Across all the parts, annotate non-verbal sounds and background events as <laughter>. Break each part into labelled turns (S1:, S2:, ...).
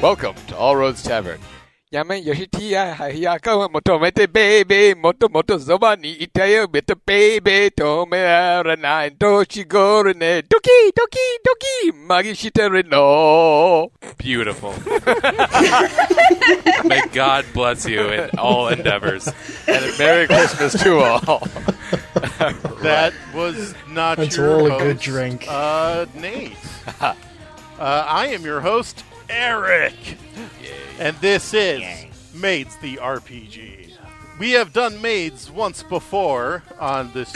S1: welcome to All Roads Tavern. Yame yoshitia hayaka motomete baby moto moto zoba ni itayo bito baby tome arana doshi gorene doki doki doki magishita reno. <laughs>
S2: Beautiful. May God bless you in all endeavors.
S1: And Merry Christmas to all.
S3: That was not
S4: That's
S3: your
S4: all a
S3: host,
S4: good drink.
S3: Uh, Nate. <laughs> uh, I am your host, Eric. And this is Maids the RPG. We have done Maids once before on this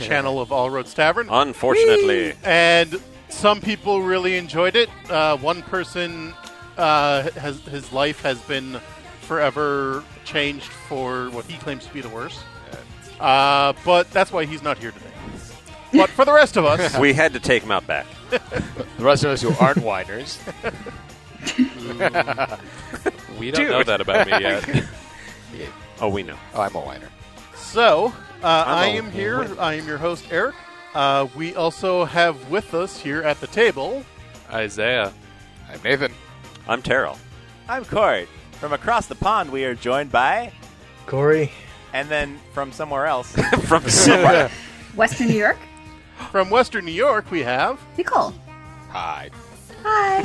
S3: channel of All Roads Tavern,
S5: Unfortunately,
S3: and some people really enjoyed it. Uh, one person, uh, has, his life has been forever changed for what he claims to be the worst. Uh, but that's why he's not here
S5: <laughs>
S3: today. But for the rest of us,
S5: we had to take him out back.
S1: The rest of us who aren't <laughs> whiners.
S2: We don't know that about me
S5: <laughs>
S2: yet.
S5: Oh, we know.
S1: Oh, I'm a whiner.
S3: So, uh, I
S5: a
S3: am here. I am your host, Eric. Uh, we also have with us here at the table.
S2: Isaiah.
S1: I'm Nathan.
S5: I'm Terrell.
S6: I'm Corey. From across the pond, we are joined by,
S4: Corey,
S6: and then from
S4: <laughs>
S6: somewhere else,
S5: From somewhere.
S7: Western New York.
S3: From Western New York, we have.
S7: Nicole.
S1: Hi.
S7: Hi.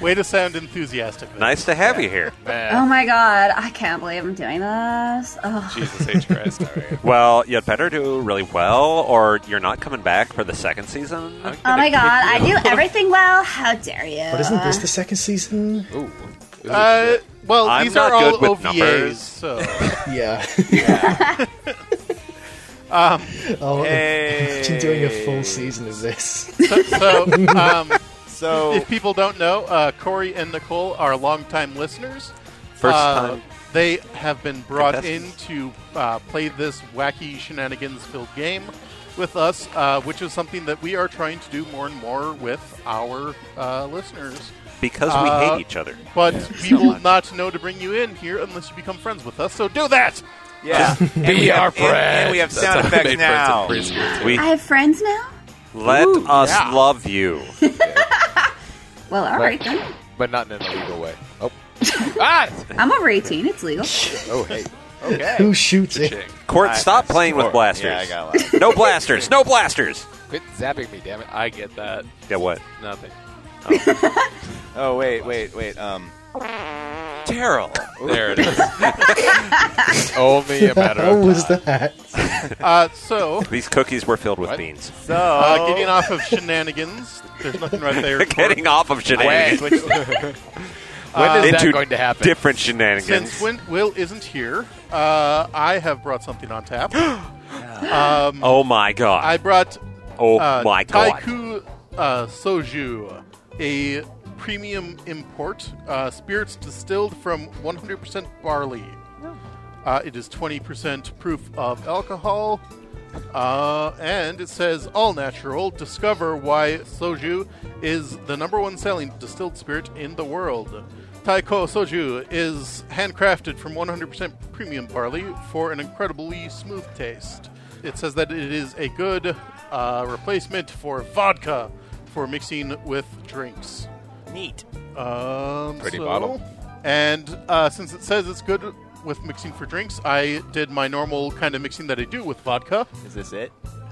S3: Way to sound enthusiastic. Vince.
S5: nice to have you here.
S7: oh my god, I can't believe I'm doing this. Oh, Ugh.
S2: Jesus H. Christ. All right.
S5: Well, you'd better do really well, or you're not coming back for the second season.
S7: Oh my god, I do everything well. How dare you?
S4: but isn't this the second season?
S1: Ooh.
S3: Uh, well,
S5: I'm
S3: these
S5: not
S3: are all
S5: good with
S3: OVAs.
S5: numbers.
S3: So, <laughs>
S4: <laughs> Yeah. oh, imagine doing a full season of this.
S3: so, so, um,
S6: so
S4: <laughs>
S3: if people don't know, uh, Corey and Nicole are longtime listeners.
S5: First
S3: Uh,
S5: time.
S3: They have been brought in
S5: Contestants.
S3: to uh, play this wacky shenanigans filled game with us, uh, which is something that we are trying to do more and more with our uh, listeners.
S5: Because we
S3: uh,
S5: hate each other.
S3: But we will not know to bring you in here unless you become friends with us, so do that!
S6: yeah, And
S2: be
S6: we have-
S2: our
S6: and- And, we have
S2: friends.
S6: sound
S2: That's how I
S6: effects
S2: made friends
S6: now.
S2: in preschool, too.
S5: We
S7: I have friends now?
S5: let us love you.
S7: Well, alright then.
S1: But not in an illegal way. Oh,
S7: I'm over 18, it's legal.
S1: oh hey.
S6: Okay.
S4: Who shoots it?
S5: Court,
S6: I-
S5: stop playing with
S6: Or-
S5: blasters.
S6: Yeah, I got loud.
S5: no blasters. No blasters.
S1: Quit zapping me, damn it.
S2: I get that.
S5: Yeah, what?
S2: Nothing.
S6: Oh wait, wait, wait. Um,
S5: Terrell.
S2: There it is.
S1: <laughs> Only a matter
S4: <laughs> How
S1: of
S4: was
S1: time.
S4: that?
S3: Uh,
S5: <laughs>
S3: so,
S5: These cookies were filled with
S1: What?
S5: beans.
S6: so
S3: uh, getting off of shenanigans, there's nothing right
S5: <laughs>
S3: there.
S5: Oh. Getting off of shenanigans.
S6: Switch-
S2: <laughs> Uh,
S1: When is
S5: Into
S1: that going to happen?
S5: Different shenanigans.
S3: Since when Will isn't here, uh, I have brought something on
S5: <gasps>
S3: tap. um,
S5: oh my god.
S3: I brought
S5: oh
S3: uh,
S5: my god.
S3: Taiku uh, Soju, a premium import, uh, spirits distilled from 100% barley. Uh, it is 20% proof of alcohol. Uh, and it says all natural. Discover why soju is the number one selling distilled spirit in the world. Taiko soju is handcrafted from 100% premium barley for an incredibly smooth taste. It says that it is a good uh, replacement for vodka for mixing with drinks.
S6: neat.
S3: Um,
S1: Pretty
S3: so-
S1: bottle.
S3: And uh, since it says it's good with mixing for drinks, I did my normal kind of mixing that I do with vodka.
S6: Is this it?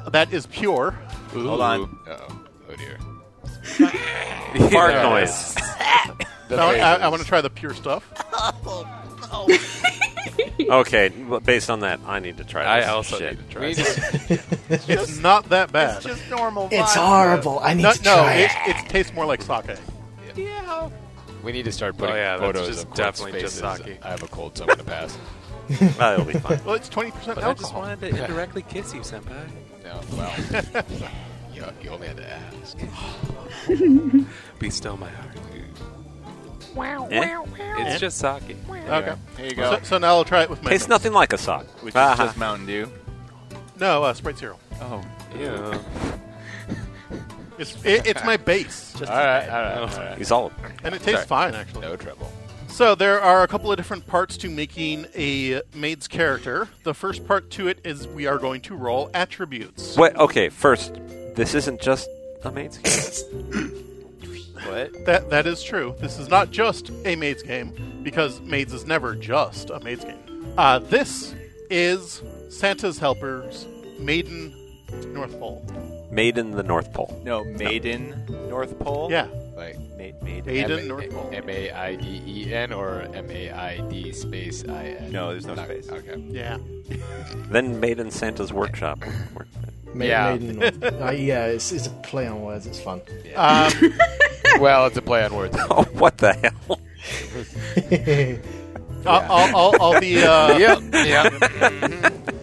S3: That is pure.
S6: Hold on.
S1: Uh-oh. Oh dear.
S5: Fart
S1: Yeah.
S5: noise.
S3: <laughs>
S1: The
S3: Now, Oh, I,
S1: phases.
S3: I want to try the pure stuff.
S5: okay, well, based on that, I need to try
S2: I
S5: this
S2: also
S5: shit.
S2: need to
S1: We
S2: try.
S1: just-
S3: It's not that bad.
S6: It's just normal.
S4: It's
S6: vodka.
S4: horrible. I need
S3: no,
S4: to
S3: no
S4: try
S3: it,
S4: it.
S3: it tastes more like sake.
S1: We need to start putting
S2: Oh, yeah, that's
S1: photos
S2: just
S1: of
S2: definitely just
S1: faces.
S2: sake.
S1: I have a cold, so I'm gonna pass.
S5: Well, it'll be fine.
S3: Well, it's 20%
S2: But <laughs> I just
S3: alcohol.
S2: wanted to indirectly kiss you, senpai.
S1: No,
S2: <laughs>
S1: well, you, you only had to ask.
S2: Be still my heart.
S5: Eh?
S2: It's just sake.
S3: Okay.
S6: Here you go.
S3: So, so now I'll try it with my.
S5: Tastes
S3: notes.
S5: nothing like a sock.
S6: Which is
S5: Uh-huh.
S6: just Mountain Dew.
S3: No, uh, Sprite Zero.
S6: Oh,
S2: Ew.
S3: It's, it, it's my
S2: <laughs>
S3: base,
S1: All right, all right, all right.
S5: He's all
S3: and it tastes fine, actually.
S1: No trouble.
S3: So there are a couple of different parts to making a maid's character. The first part to it is we are going to roll attributes.
S2: <laughs>
S5: Wait, okay, first, this isn't just amazing.
S6: What?
S3: That that is true. This is not just a maids game because maids is never just a maids game. Uh, this is Santa's Helpers Maiden North Pole.
S5: Made in the North Pole.
S6: No, Maiden North Pole.
S3: Yeah,
S1: Like
S6: Ma- Maiden.
S3: Maiden
S1: M-
S3: North Pole.
S1: M A I D E N or M A I D space I N.
S6: No, there's no space.
S1: Okay.
S3: yeah.
S5: Then made in Santa's workshop. <laughs> Work-
S4: Ma-
S1: Yeah.
S4: Maiden or- uh, yeah, it's, it's a play on words. It's fun.
S3: Um,
S1: Well, it's a play on
S6: <laughs>
S1: words.
S5: Oh, what the hell?
S3: Uh, all, all, all, all the uh,
S1: yep. Yep.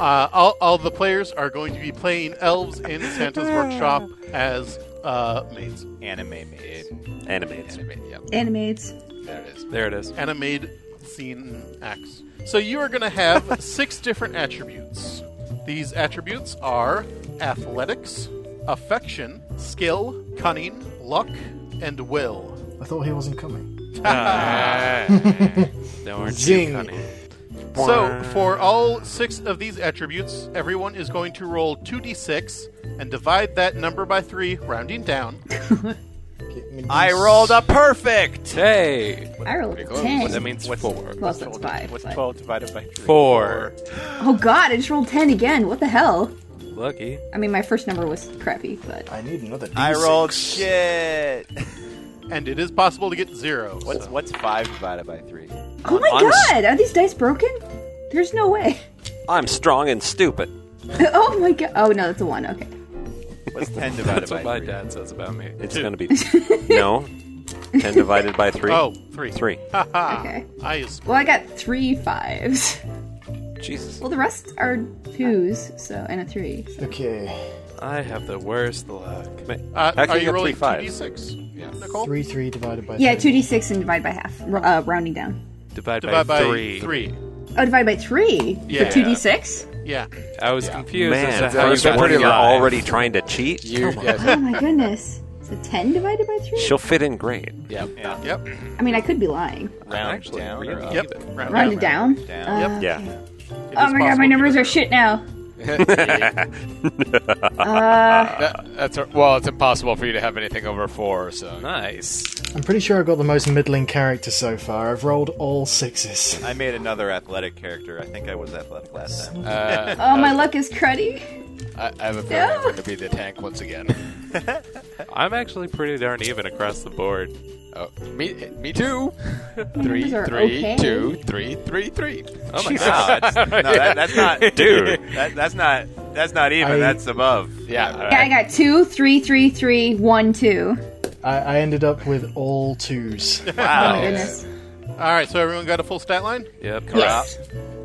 S3: Uh, all, all the players are going to be playing elves in Santa's workshop as uh, maids.
S6: Anime Maiden.
S5: Animates.
S1: Yep.
S7: Animates.
S1: There it is.
S2: There it is.
S3: Animated scene acts. So you are going to have six different attributes. These attributes are athletics, affection, skill, cunning, luck, and will.
S4: <laughs> I thought he wasn't coming.
S2: No, aren't
S4: Zing.
S2: you funny?
S3: So for all six of these attributes, everyone is going to roll 2d6 and divide that number by three, rounding down.
S4: Get me
S6: I
S4: these-
S6: rolled a perfect.
S2: Hey,
S7: I rolled a
S1: close.
S7: ten.
S2: that means four.
S7: Well, that's five.
S6: What's
S7: but-
S6: twelve divided by three?
S2: Four.
S7: Oh god, I just rolled ten again. What the hell?
S2: Lucky.
S7: I mean, my first number was crappy, but
S4: I need another. D6.
S6: I rolled shit.
S3: And it is possible to get zero.
S6: What's
S3: so-
S6: what's five divided by three?
S7: oh my
S5: on s-
S7: god, are these dice broken? There's no way. <laughs>
S5: I'm strong and stupid.
S7: oh my god. Oh no, that's a one. Okay.
S6: What's ten divided
S2: That's
S6: by
S2: what my
S6: three?
S2: dad says about me.
S5: It's going to
S2: <laughs>
S5: be. No. 10 divided by 3?
S3: Oh, three.
S5: 3.
S7: Okay.
S3: I is
S7: Well, I got three fives.
S5: Jesus.
S7: Well, the rest are twos, so and a three.
S4: Okay,
S2: I have the worst luck.
S3: Uh,
S5: How can
S3: are
S5: you
S3: you
S5: get
S3: rolling
S5: three fives?
S3: 2d6, Nicole?
S4: three three divided by
S7: Yeah,
S4: three.
S7: two d six and divide by half, r- uh, rounding down.
S2: Divide,
S3: Divide
S2: by,
S3: by
S2: three.
S3: three.
S7: Oh, divide by three
S3: Yeah.
S7: for two d six.
S3: Yeah.
S2: I was confused
S5: Man,
S2: as to how you
S5: first
S2: got
S5: one,
S2: to
S5: you're
S2: five.
S5: already trying to cheat?
S6: <laughs>
S1: You. Yes.
S7: Oh my goodness, so ten divided by three.
S5: She'll fit in great.
S1: Yep.
S3: Yep.
S7: I mean, I could be lying.
S6: Round
S2: Actually,
S6: down or
S2: really?
S6: up?
S3: Yep. Round
S7: Rounded
S3: down.
S7: down.
S6: Down.
S7: Uh,
S5: Yeah.
S3: It
S7: Oh
S3: is
S7: my god,
S3: possible
S7: my
S3: to
S7: numbers
S3: get zero.
S7: are shit now. Uh.
S1: That, that's a, well. It's impossible for you to have anything over four. So
S2: Nice.
S4: I'm pretty sure I got the most middling character so far. I've rolled all sixes.
S6: I made another athletic character. I think I was athletic last time.
S7: Oh, my luck is cruddy.
S1: I, I have a feeling I'm
S7: No.
S1: going to be the tank once again.
S2: I'm actually pretty darn even across the board.
S1: Oh, me, me
S7: <laughs>
S1: too. Three,
S7: numbers are
S1: three,
S7: okay.
S1: two, three, three, three.
S6: Oh my god! no, that, that's not, dude. That, that's not. That's not even.
S4: I-
S6: that's above.
S1: Yeah.
S7: Yeah, I got two, three, three, three, one, two.
S4: I, I ended up with all twos.
S7: Oh my
S6: Wow.
S7: goodness.
S3: All right, so everyone got a full stat line?
S2: Yep.
S7: Yes.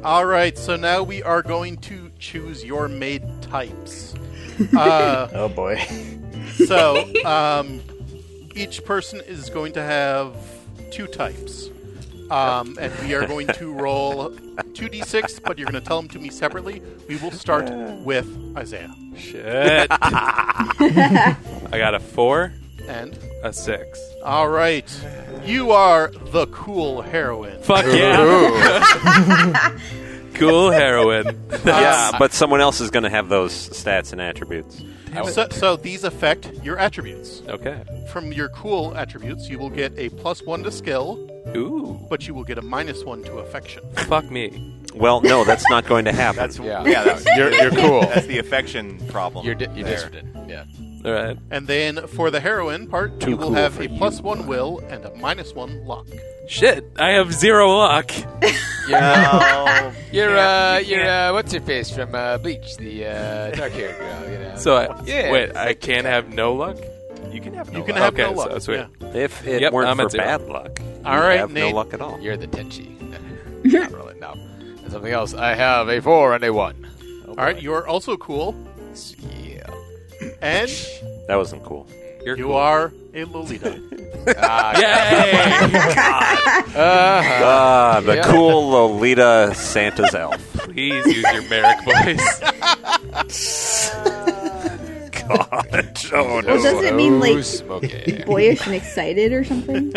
S3: All right, so now we are going to choose your maid types.
S7: <laughs>
S3: Uh,
S4: Oh boy. <laughs>
S3: so um, each person is going to have two types. Um, and we are going to roll 2d6, but you're going to tell them to me separately. We will
S4: <laughs>
S3: start with Isaiah.
S2: Shit. I got a four,
S3: And,
S2: a six.
S3: all right, you are the cool heroine.
S2: Fuck yeah.
S5: <laughs>
S2: <laughs> cool heroin.
S5: Yeah, but someone else is going to have those stats and attributes.
S3: So, so these affect your attributes.
S2: Okay.
S3: From your cool attributes, you will get a plus one to skill,
S2: Ooh.
S3: but you will get a minus one to affection.
S2: Fuck me.
S5: Well, no, that's not going to happen.
S6: That's
S1: Yeah.
S6: yeah. that's,
S1: You're, you're cool.
S6: <laughs> that's the affection problem.
S1: You're, di- you're
S6: there.
S1: distant. Yeah.
S2: All right.
S3: And then for the heroine part,
S5: Too
S3: you will
S5: cool
S3: have
S5: for
S3: a plus one will and a minus one luck.
S2: Shit. I have zero luck.
S1: You're,
S6: Oh,
S1: you're uh,
S6: can't- you
S1: you're
S6: can't.
S1: uh, what's your face from uh, Bleach, the uh, dark-haired girl, you know.
S2: So I,
S1: Yeah.
S2: wait, I can't have no luck.
S6: You can have. No
S3: You can
S6: luck.
S3: have
S2: Okay,
S3: no luck.
S2: so it's weird.
S3: Yeah.
S5: if it
S2: Yep,
S5: weren't
S2: I'm at
S5: for
S2: zero.
S5: bad luck,
S3: All
S5: you'd
S3: right,
S5: have
S3: Nate.
S5: no luck at all.
S1: You're the Tenchi. Not really. No. That's something else. I have a four and a one.
S3: All right, you are also cool,
S1: Yeah.
S3: and
S5: That wasn't cool.
S2: You're
S3: you
S2: cool.
S3: are a Lolita.
S2: Yay!
S5: Ah, the
S1: Yeah.
S5: cool Lolita Santa's elf. <laughs>
S2: Please use your merrick voice.
S5: God, oh
S1: Uh,
S5: no.
S7: Well, doesn't it mean
S1: So
S7: like
S1: smoky.
S7: boyish and excited or something?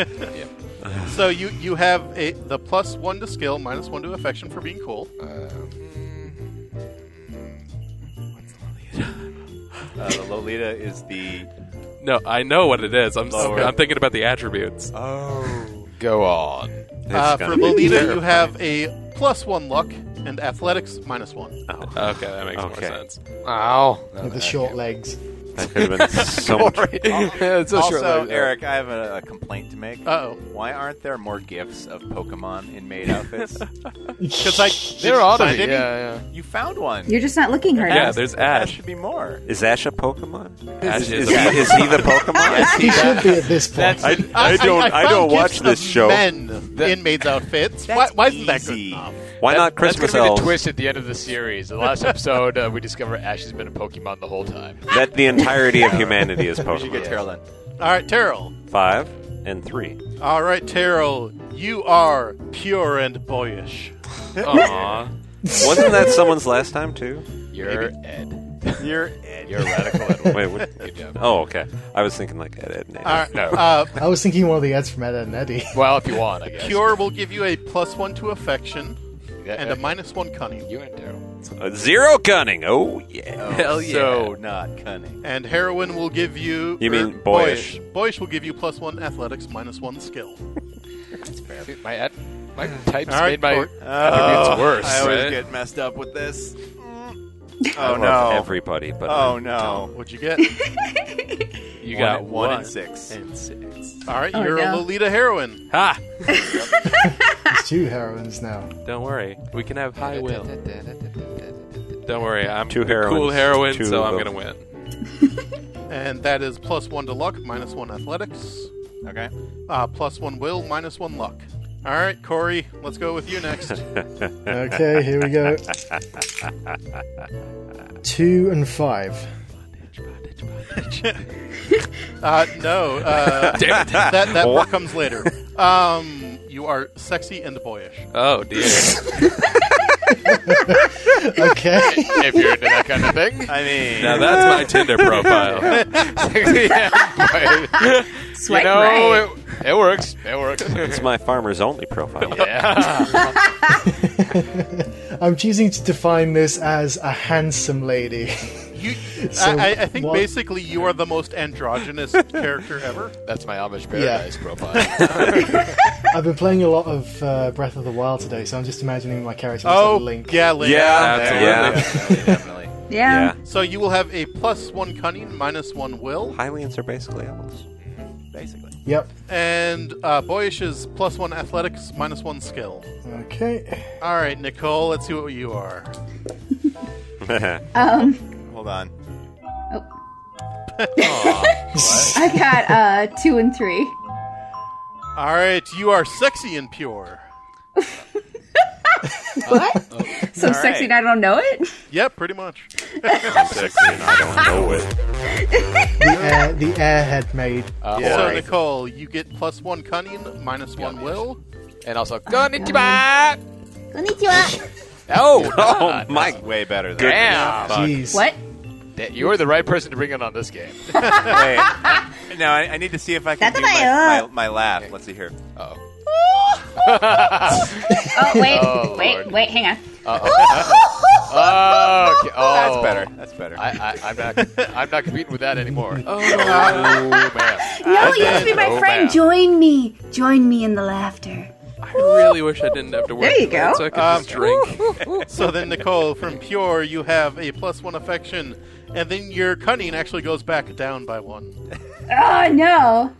S3: so you you have a the plus one to skill, minus one to affection for being cool.
S6: Uh, the Lolita is the
S2: No, I know what it is. I'm, s-
S3: Lower.
S2: I'm thinking about the attributes.
S6: Oh.
S1: Go on.
S5: It's
S3: Uh,
S5: gonna
S3: for
S5: be
S3: Lolita, you
S5: terrifying.
S3: have a plus one luck and athletics minus one.
S5: Oh,
S2: Okay, that makes
S5: Okay.
S2: more sense.
S1: <laughs> Ow.
S4: with the short legs.
S5: that could have been so much.
S1: it's a short
S6: also,
S1: letter.
S6: Eric, I have a, a complaint to make.
S3: Uh oh.
S6: Why aren't there more gifs of Pokemon in maid outfits?
S3: Because I
S1: They're all
S3: find
S1: yeah,
S3: any.
S1: yeah.
S6: you found one.
S7: You're just not looking hard
S2: Yeah,
S7: enough.
S2: there's
S6: There
S2: Ash.
S6: should be more.
S5: Is Ash a Pokemon?
S2: Ash
S5: is,
S2: is
S5: is
S2: a
S5: he, is he the Pokemon?
S4: He should be at this point.
S1: That's-
S5: I don't- I
S3: found
S5: don't watch
S3: gifs
S5: this
S3: of
S5: show.
S3: Men in maids outfits. Why,
S6: That's
S3: why isn't that good
S6: easy.
S3: enough?
S5: Why not
S1: That's
S5: Christmas
S1: gonna be
S5: elves?
S1: the twist at the end of the series. The last episode, uh, we discover Ash has been a Pokemon the whole time.
S5: That the entirety of humanity is
S6: You should get
S5: Pokemon.
S6: Carolyn.
S3: All right, Terrell.
S5: Five and three.
S3: All right, Terrell. You are pure and boyish.
S2: Aw.
S5: Wasn't that someone's last time too?
S1: You're Ed.
S6: You're
S1: You're radical Edward.
S5: Wait, what?
S1: Good job.
S5: Oh, okay. I was thinking like Ed, Ed, and Ed.
S3: All right.
S1: No.
S5: <laughs>
S3: Uh,
S4: I was thinking one of the ads from Ed, Ed and Eddie.
S1: Well, if you want, I guess.
S3: pure will give you a plus one to affection
S1: Yeah,
S3: and a minus one cunning.
S1: you and Daryl.
S5: Uh, zero cunning. Oh yeah.
S1: Hell
S6: so not cunning.
S3: And heroin will give you.
S5: You
S3: er,
S5: mean boyish.
S3: boyish? Boyish will give you plus one athletics, minus one skill.
S1: Dude, my ad, my types
S3: All right,
S1: made my
S3: Court.
S1: attributes worse.
S6: Oh, I always
S1: right?
S6: get messed up with <laughs> this.
S5: I <laughs>
S6: Oh
S5: love
S6: no.
S5: Everybody, but
S6: oh no.
S3: What'd you
S5: <laughs>
S3: get?
S1: you
S6: One-
S1: got
S6: one and six.
S1: and six.
S3: All right,
S7: Oh,
S3: you're a
S7: no.
S3: Lolita heroin.
S2: ha!
S4: It's two heroines now.
S2: Don't worry. We can have high will. Don't worry. I'm
S5: Two
S2: the cool
S5: heroines,
S2: heroine,
S5: two
S2: so I'm
S5: will.
S2: going to win.
S3: And that is plus one to luck, minus one athletics,
S6: Okay.
S3: uh, plus one will, minus one luck. All right, Corey, let's go with you next.
S4: Okay, here we go. Two and five.
S3: Uh, no,
S4: <laughs>
S3: uh, that that
S5: Wha-
S3: part comes later. Um, you are sexy and boyish.
S2: Oh, dear.
S4: Okay. <laughs>
S1: if you're into that kind of thing.
S6: I mean,
S2: now
S5: <laughs>
S2: that's my Tinder profile.
S1: yeah, but,
S7: Swipe
S1: you know,
S7: right.
S1: it, it works. It works.
S5: it's my farmers only profile.
S1: yeah.
S4: I'm choosing to define this as a handsome lady.
S3: You,
S4: So
S3: I, I- I think
S4: what-
S3: basically you are the most
S4: <laughs>
S3: androgynous character ever.
S1: That's my Amish paradise profile.
S4: I've been playing a lot of uh, Breath of the Wild today, so I'm just imagining my character as
S3: Oh,
S4: a Link.
S3: yeah, Link.
S5: Yeah,
S2: Absolutely.
S5: yeah,
S6: definitely.
S7: yeah.
S5: yeah.
S3: So you will have a plus one cunning, minus one will,
S5: Highlands are basically <laughs> elves.
S6: Basically.
S4: Yep.
S3: and uh, boyish is plus one athletics, minus one skill.
S4: Okay.
S3: All right, Nicole, let's see what you are.
S7: Um,
S6: Hold on.
S7: Oh. <laughs> I got uh two and three.
S3: All right, you are sexy and pure.
S7: So
S6: All
S7: sexy,
S6: right.
S7: and I don't know it.
S3: Yep, pretty much.
S5: I don't know it.
S4: The air, the airhead maid.
S3: So Nicole, you get plus one cunning, minus one will.
S1: And also, konnichiwa!
S7: Konnichiwa.
S5: <laughs>
S1: Oh,
S5: Oh my!
S6: Way better than
S1: damn.
S4: Jeez.
S7: What?
S1: That- You're the right person to bring it on this game.
S6: Wait. Now I, I need to see if I can
S7: That's
S6: do my,
S7: my-
S6: my, my laugh. Let's see here.
S1: Oh.
S7: Oh wait,
S1: Oh,
S7: wait,
S1: Lord.
S7: wait. Hang on.
S1: Oh, okay. oh.
S6: That's better. That's better.
S1: I, I, I'm not. I'm not competing with that anymore. Oh, man!
S7: No, you used to be my
S1: Oh,
S7: friend.
S1: man.
S7: Join me. Join me in the laughter.
S2: I really wish I didn't have to work.
S7: There you
S2: for that,
S7: go.
S2: So I could
S3: Um,
S2: just drink.
S3: So
S1: <laughs>
S3: then, Nicole, from pure, you have a plus one affection, and then your cunning actually goes back down by one.
S7: Oh no.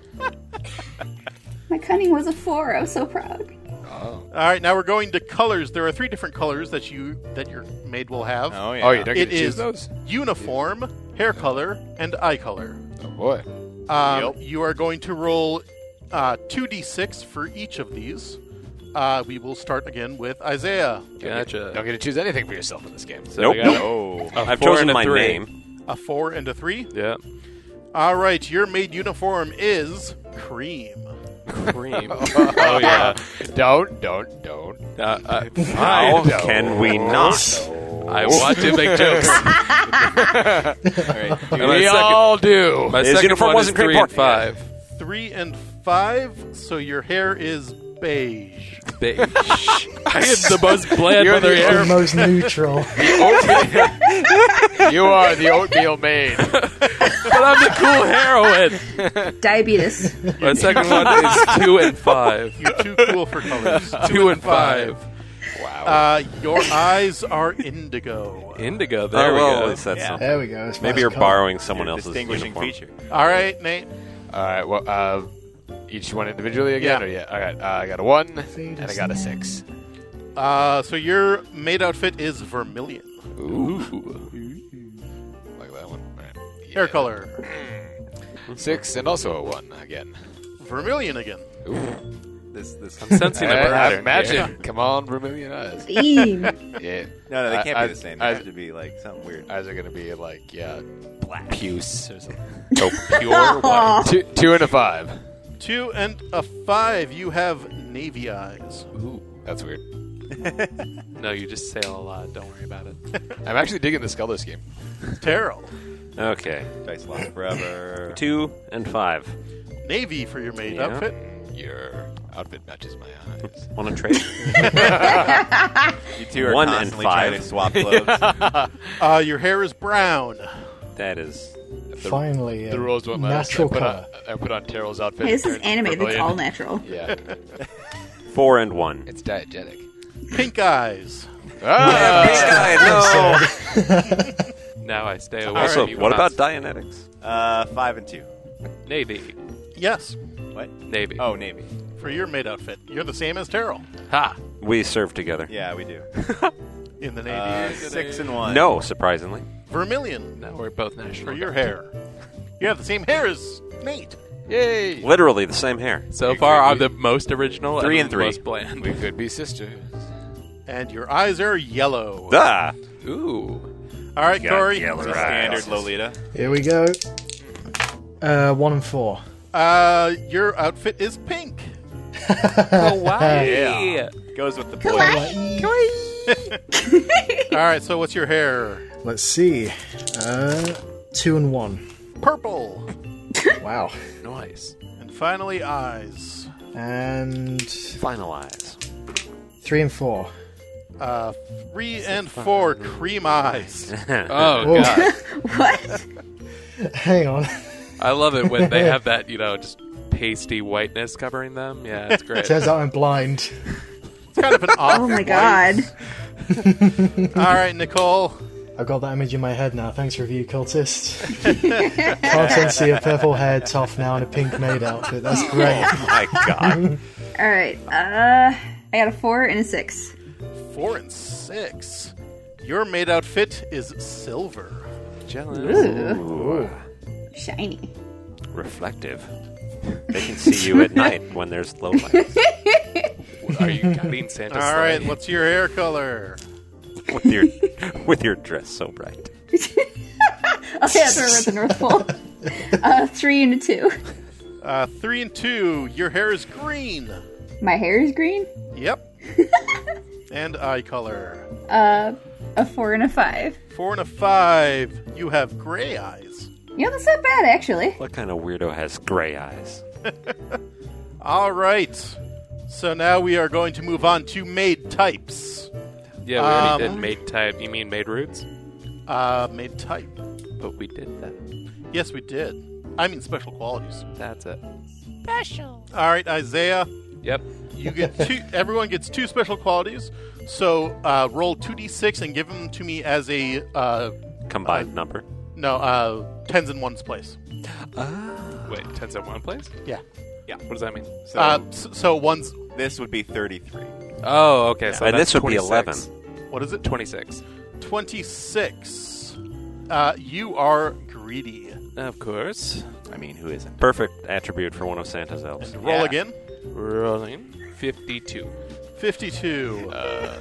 S7: <laughs> my cunning was a four. I was so proud.
S3: All right, now we're going to colors. There are three different colors that you that your maid will have.
S6: oh yeah.
S1: Oh, you don't get to
S3: It
S1: choose
S3: is
S1: those.
S3: Uniform, hair color, and eye color.
S1: Oh boy!
S3: Um,
S1: Yep.
S3: You are going to roll uh, 2d6 for each of these. Uh, we will start again with Isaiah.
S2: Gotcha.
S1: Don't get to choose anything for yourself in this game. So
S5: Nope.
S2: I got a-
S6: Oh.
S2: a
S5: I've
S2: four
S5: chosen
S2: and a
S5: my
S2: three.
S5: name.
S3: A 4 and a 3.
S2: Yeah.
S3: All right, your maid uniform is cream.
S2: Cream. <laughs> oh yeah.
S1: Don't, don't, don't.
S2: Uh, uh,
S5: How
S2: I,
S5: can we not?
S2: I watch you make jokes.
S6: All right.
S2: And
S6: Dude,
S2: my
S1: we
S2: second-
S1: all do.
S2: My
S5: His
S2: second
S5: uniform
S2: one is
S5: wasn't great
S2: three and
S5: pork.
S2: five.
S3: 3 and 5, so your hair is beige.
S2: I am the most bland
S1: You're
S2: mother
S1: the
S2: ever.
S4: The most neutral.
S1: you are the
S3: <laughs>
S1: oatmeal maid.
S2: But I'm the cool heroine.
S7: Diabetes.
S2: My second one is two and five.
S3: You're
S2: <laughs>
S3: too cool for colors.
S2: Two and five.
S3: Uh, your eyes are indigo.
S2: Indigo. There
S5: Oh, well,
S2: we
S5: it's
S2: go.
S5: that
S6: Yeah.
S5: something.
S4: <laughs> There we go. that's
S5: Maybe
S4: nice
S5: you're
S4: colour.
S5: borrowing someone
S6: Your
S5: else's
S6: distinguishing
S5: uniform.
S6: feature.
S3: All right, Nate.
S1: All right. Well, uh, each one individually again,
S3: Yeah.
S1: or yeah. All right. Uh, I got a one and I got a six.
S3: Uh, so your maid outfit is vermilion.
S1: Like that one. All right.
S3: Hair color
S1: Six and also a one again.
S3: vermilion again.
S6: This, this,
S2: I'm sensing a
S1: I- I
S2: pattern.
S1: Uh, imagine.
S2: here.
S1: Come on, vermilion eyes.
S7: Beam.
S1: Yeah.
S6: no, no, they can't
S1: I-
S6: be the same. They
S1: I-
S6: have to be like something weird.
S1: Eyes are gonna be like yeah,
S6: Black.
S1: puce or
S3: <laughs>
S1: something.
S2: Pure white.
S1: two, two and a five.
S3: Two and a five. You have navy eyes.
S1: Ooh, that's weird.
S2: No, you just sail a lot. Don't worry about it.
S1: I'm actually digging this color scheme.
S3: Terrell.
S5: Okay.
S6: Dice lock forever.
S5: Two and five.
S3: Navy for your maid
S5: Yeah.
S3: outfit.
S1: Your outfit matches my eyes.
S5: Want to
S6: <laughs>
S5: trade?
S6: You two are
S5: One and
S6: constantly
S5: five.
S6: trying to swap clothes.
S3: Uh, your hair is brown.
S5: that is.
S4: Finally, a
S1: The rules won't let us. I
S4: natural
S1: put, on,
S4: color.
S1: I put on Terrell's outfit.
S7: Hey, this is
S1: turned
S7: anime. That's
S1: vermilion.
S7: all natural.
S1: <laughs> Yeah,
S5: Four and one.
S1: it's diegetic.
S3: Pink eyes.
S1: Ah!
S5: Uh, <laughs> no.
S2: Now I
S5: <laughs>
S2: stay away.
S5: Also,
S2: from you
S5: what about
S2: nuts.
S5: Dianetics?
S6: Uh, five and two.
S2: Navy?
S3: Yes.
S6: What?
S2: Navy.
S6: Oh, navy.
S3: For your maid outfit. You're the same as Terrell.
S2: ha!
S5: We serve together.
S6: Yeah, we do.
S3: In the navy.
S6: Uh, six and one.
S5: No, surprisingly.
S3: Vermilion
S2: Now we're both national.
S3: for your hair. You have the same hair as Nate.
S1: Yay!
S5: Literally the same hair.
S2: So far, I'm the most original.
S5: Three
S2: and,
S5: and three.
S2: Most bland.
S1: We could be sisters.
S2: <laughs>
S3: And your eyes are yellow.
S5: Ah!
S2: Ooh.
S3: All right, Corey.
S6: Standard Lolita.
S4: Here we go. Uh, one and four.
S3: Uh, your outfit is pink.
S2: Kawaii.
S6: Goes with the boy.
S7: <laughs>
S3: All right, so what's your hair?
S4: Let's see. Uh, two and one.
S3: Purple.
S4: Wow.
S2: Nice.
S3: And finally, eyes.
S4: And
S5: Finalize.
S4: three and four.
S3: Uh, three and four, cream eyes.
S2: Oh
S4: Whoa.
S2: god,
S7: What?
S4: <laughs> Hang on.
S2: I love it when they have that. You know, just pasty whiteness covering them. Yeah, it's great.
S4: Turns out I'm blind.
S3: It's kind of an off.
S7: Oh my god.
S3: <laughs> All right, Nicole.
S4: I've got that image in my head now. Thanks, review cultist. Can't unsee a purple hair toff now and a pink maid outfit. That's great.
S5: My God.
S7: All right. Uh, I got a four and a six.
S3: Four and six. Your maid outfit is silver.
S2: Jealous.
S5: Ooh.
S7: Shiny.
S5: Reflective. They can see you at night when there's low lights.
S2: Are you getting Santa?
S3: All right, what's your hair color?
S5: With your, with your dress so bright.
S7: Oh yeah, they're at the North Pole. Uh, three and a two.
S3: Uh, three and two. Your hair is green.
S7: My hair is green.
S3: Yep. and eye color.
S7: Uh, a four and a five.
S3: Four and a five. You have gray eyes.
S7: Yeah, that's not bad actually.
S5: What kind of weirdo has gray eyes?
S3: All right. So now we are going to move on to maid types.
S2: Yeah, we already
S3: Um,
S2: did made type. You mean made roots?
S3: Uh, maid type.
S2: But we did that.
S3: Yes, we did. I mean, special qualities.
S2: That's it.
S3: All right, Isaiah.
S2: Yep.
S3: You get two. everyone gets two special qualities. So uh, roll two d six and give them to me as a uh,
S5: Combined number.
S3: no uh, tens in ones place.
S2: Wait, tens in one place?
S3: Yeah.
S2: What does that mean?
S6: So
S3: Uh, s- so one's
S6: this would be 33.
S2: Oh, okay. So
S5: And
S2: that's
S5: this would be
S2: 26.
S5: 11.
S3: what is it?
S2: 26.
S3: Twenty six. Uh, you are greedy.
S2: Of course.
S6: I mean, who isn't?
S5: Perfect attribute for one of Santa's elves.
S3: Roll
S6: Yeah.
S3: again.
S2: Rolling. 52.
S3: Fifty two.
S5: Uh.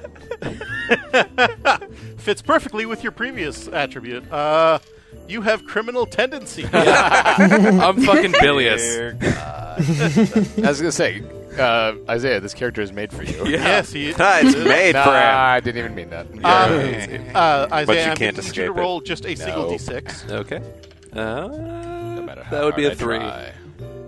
S3: <laughs> Fits perfectly with your previous attribute. Uh, you have criminal
S5: <laughs>
S3: tendencies.
S2: I'm fucking bilious.
S1: <laughs> I was gonna say, uh, Isaiah, this character is made for you.
S3: Yes, he.
S5: Ah, it's made
S1: Nah,
S5: for him.
S1: I didn't even mean that.
S3: Um, uh, Isaiah,
S5: you
S3: I'm
S5: can't
S3: gonna need you
S5: escape
S3: to
S5: it.
S3: roll just a single
S1: No.
S3: d6.
S2: Okay. Uh,
S1: No matter how
S2: that would be a
S1: hard I
S2: three.
S1: try.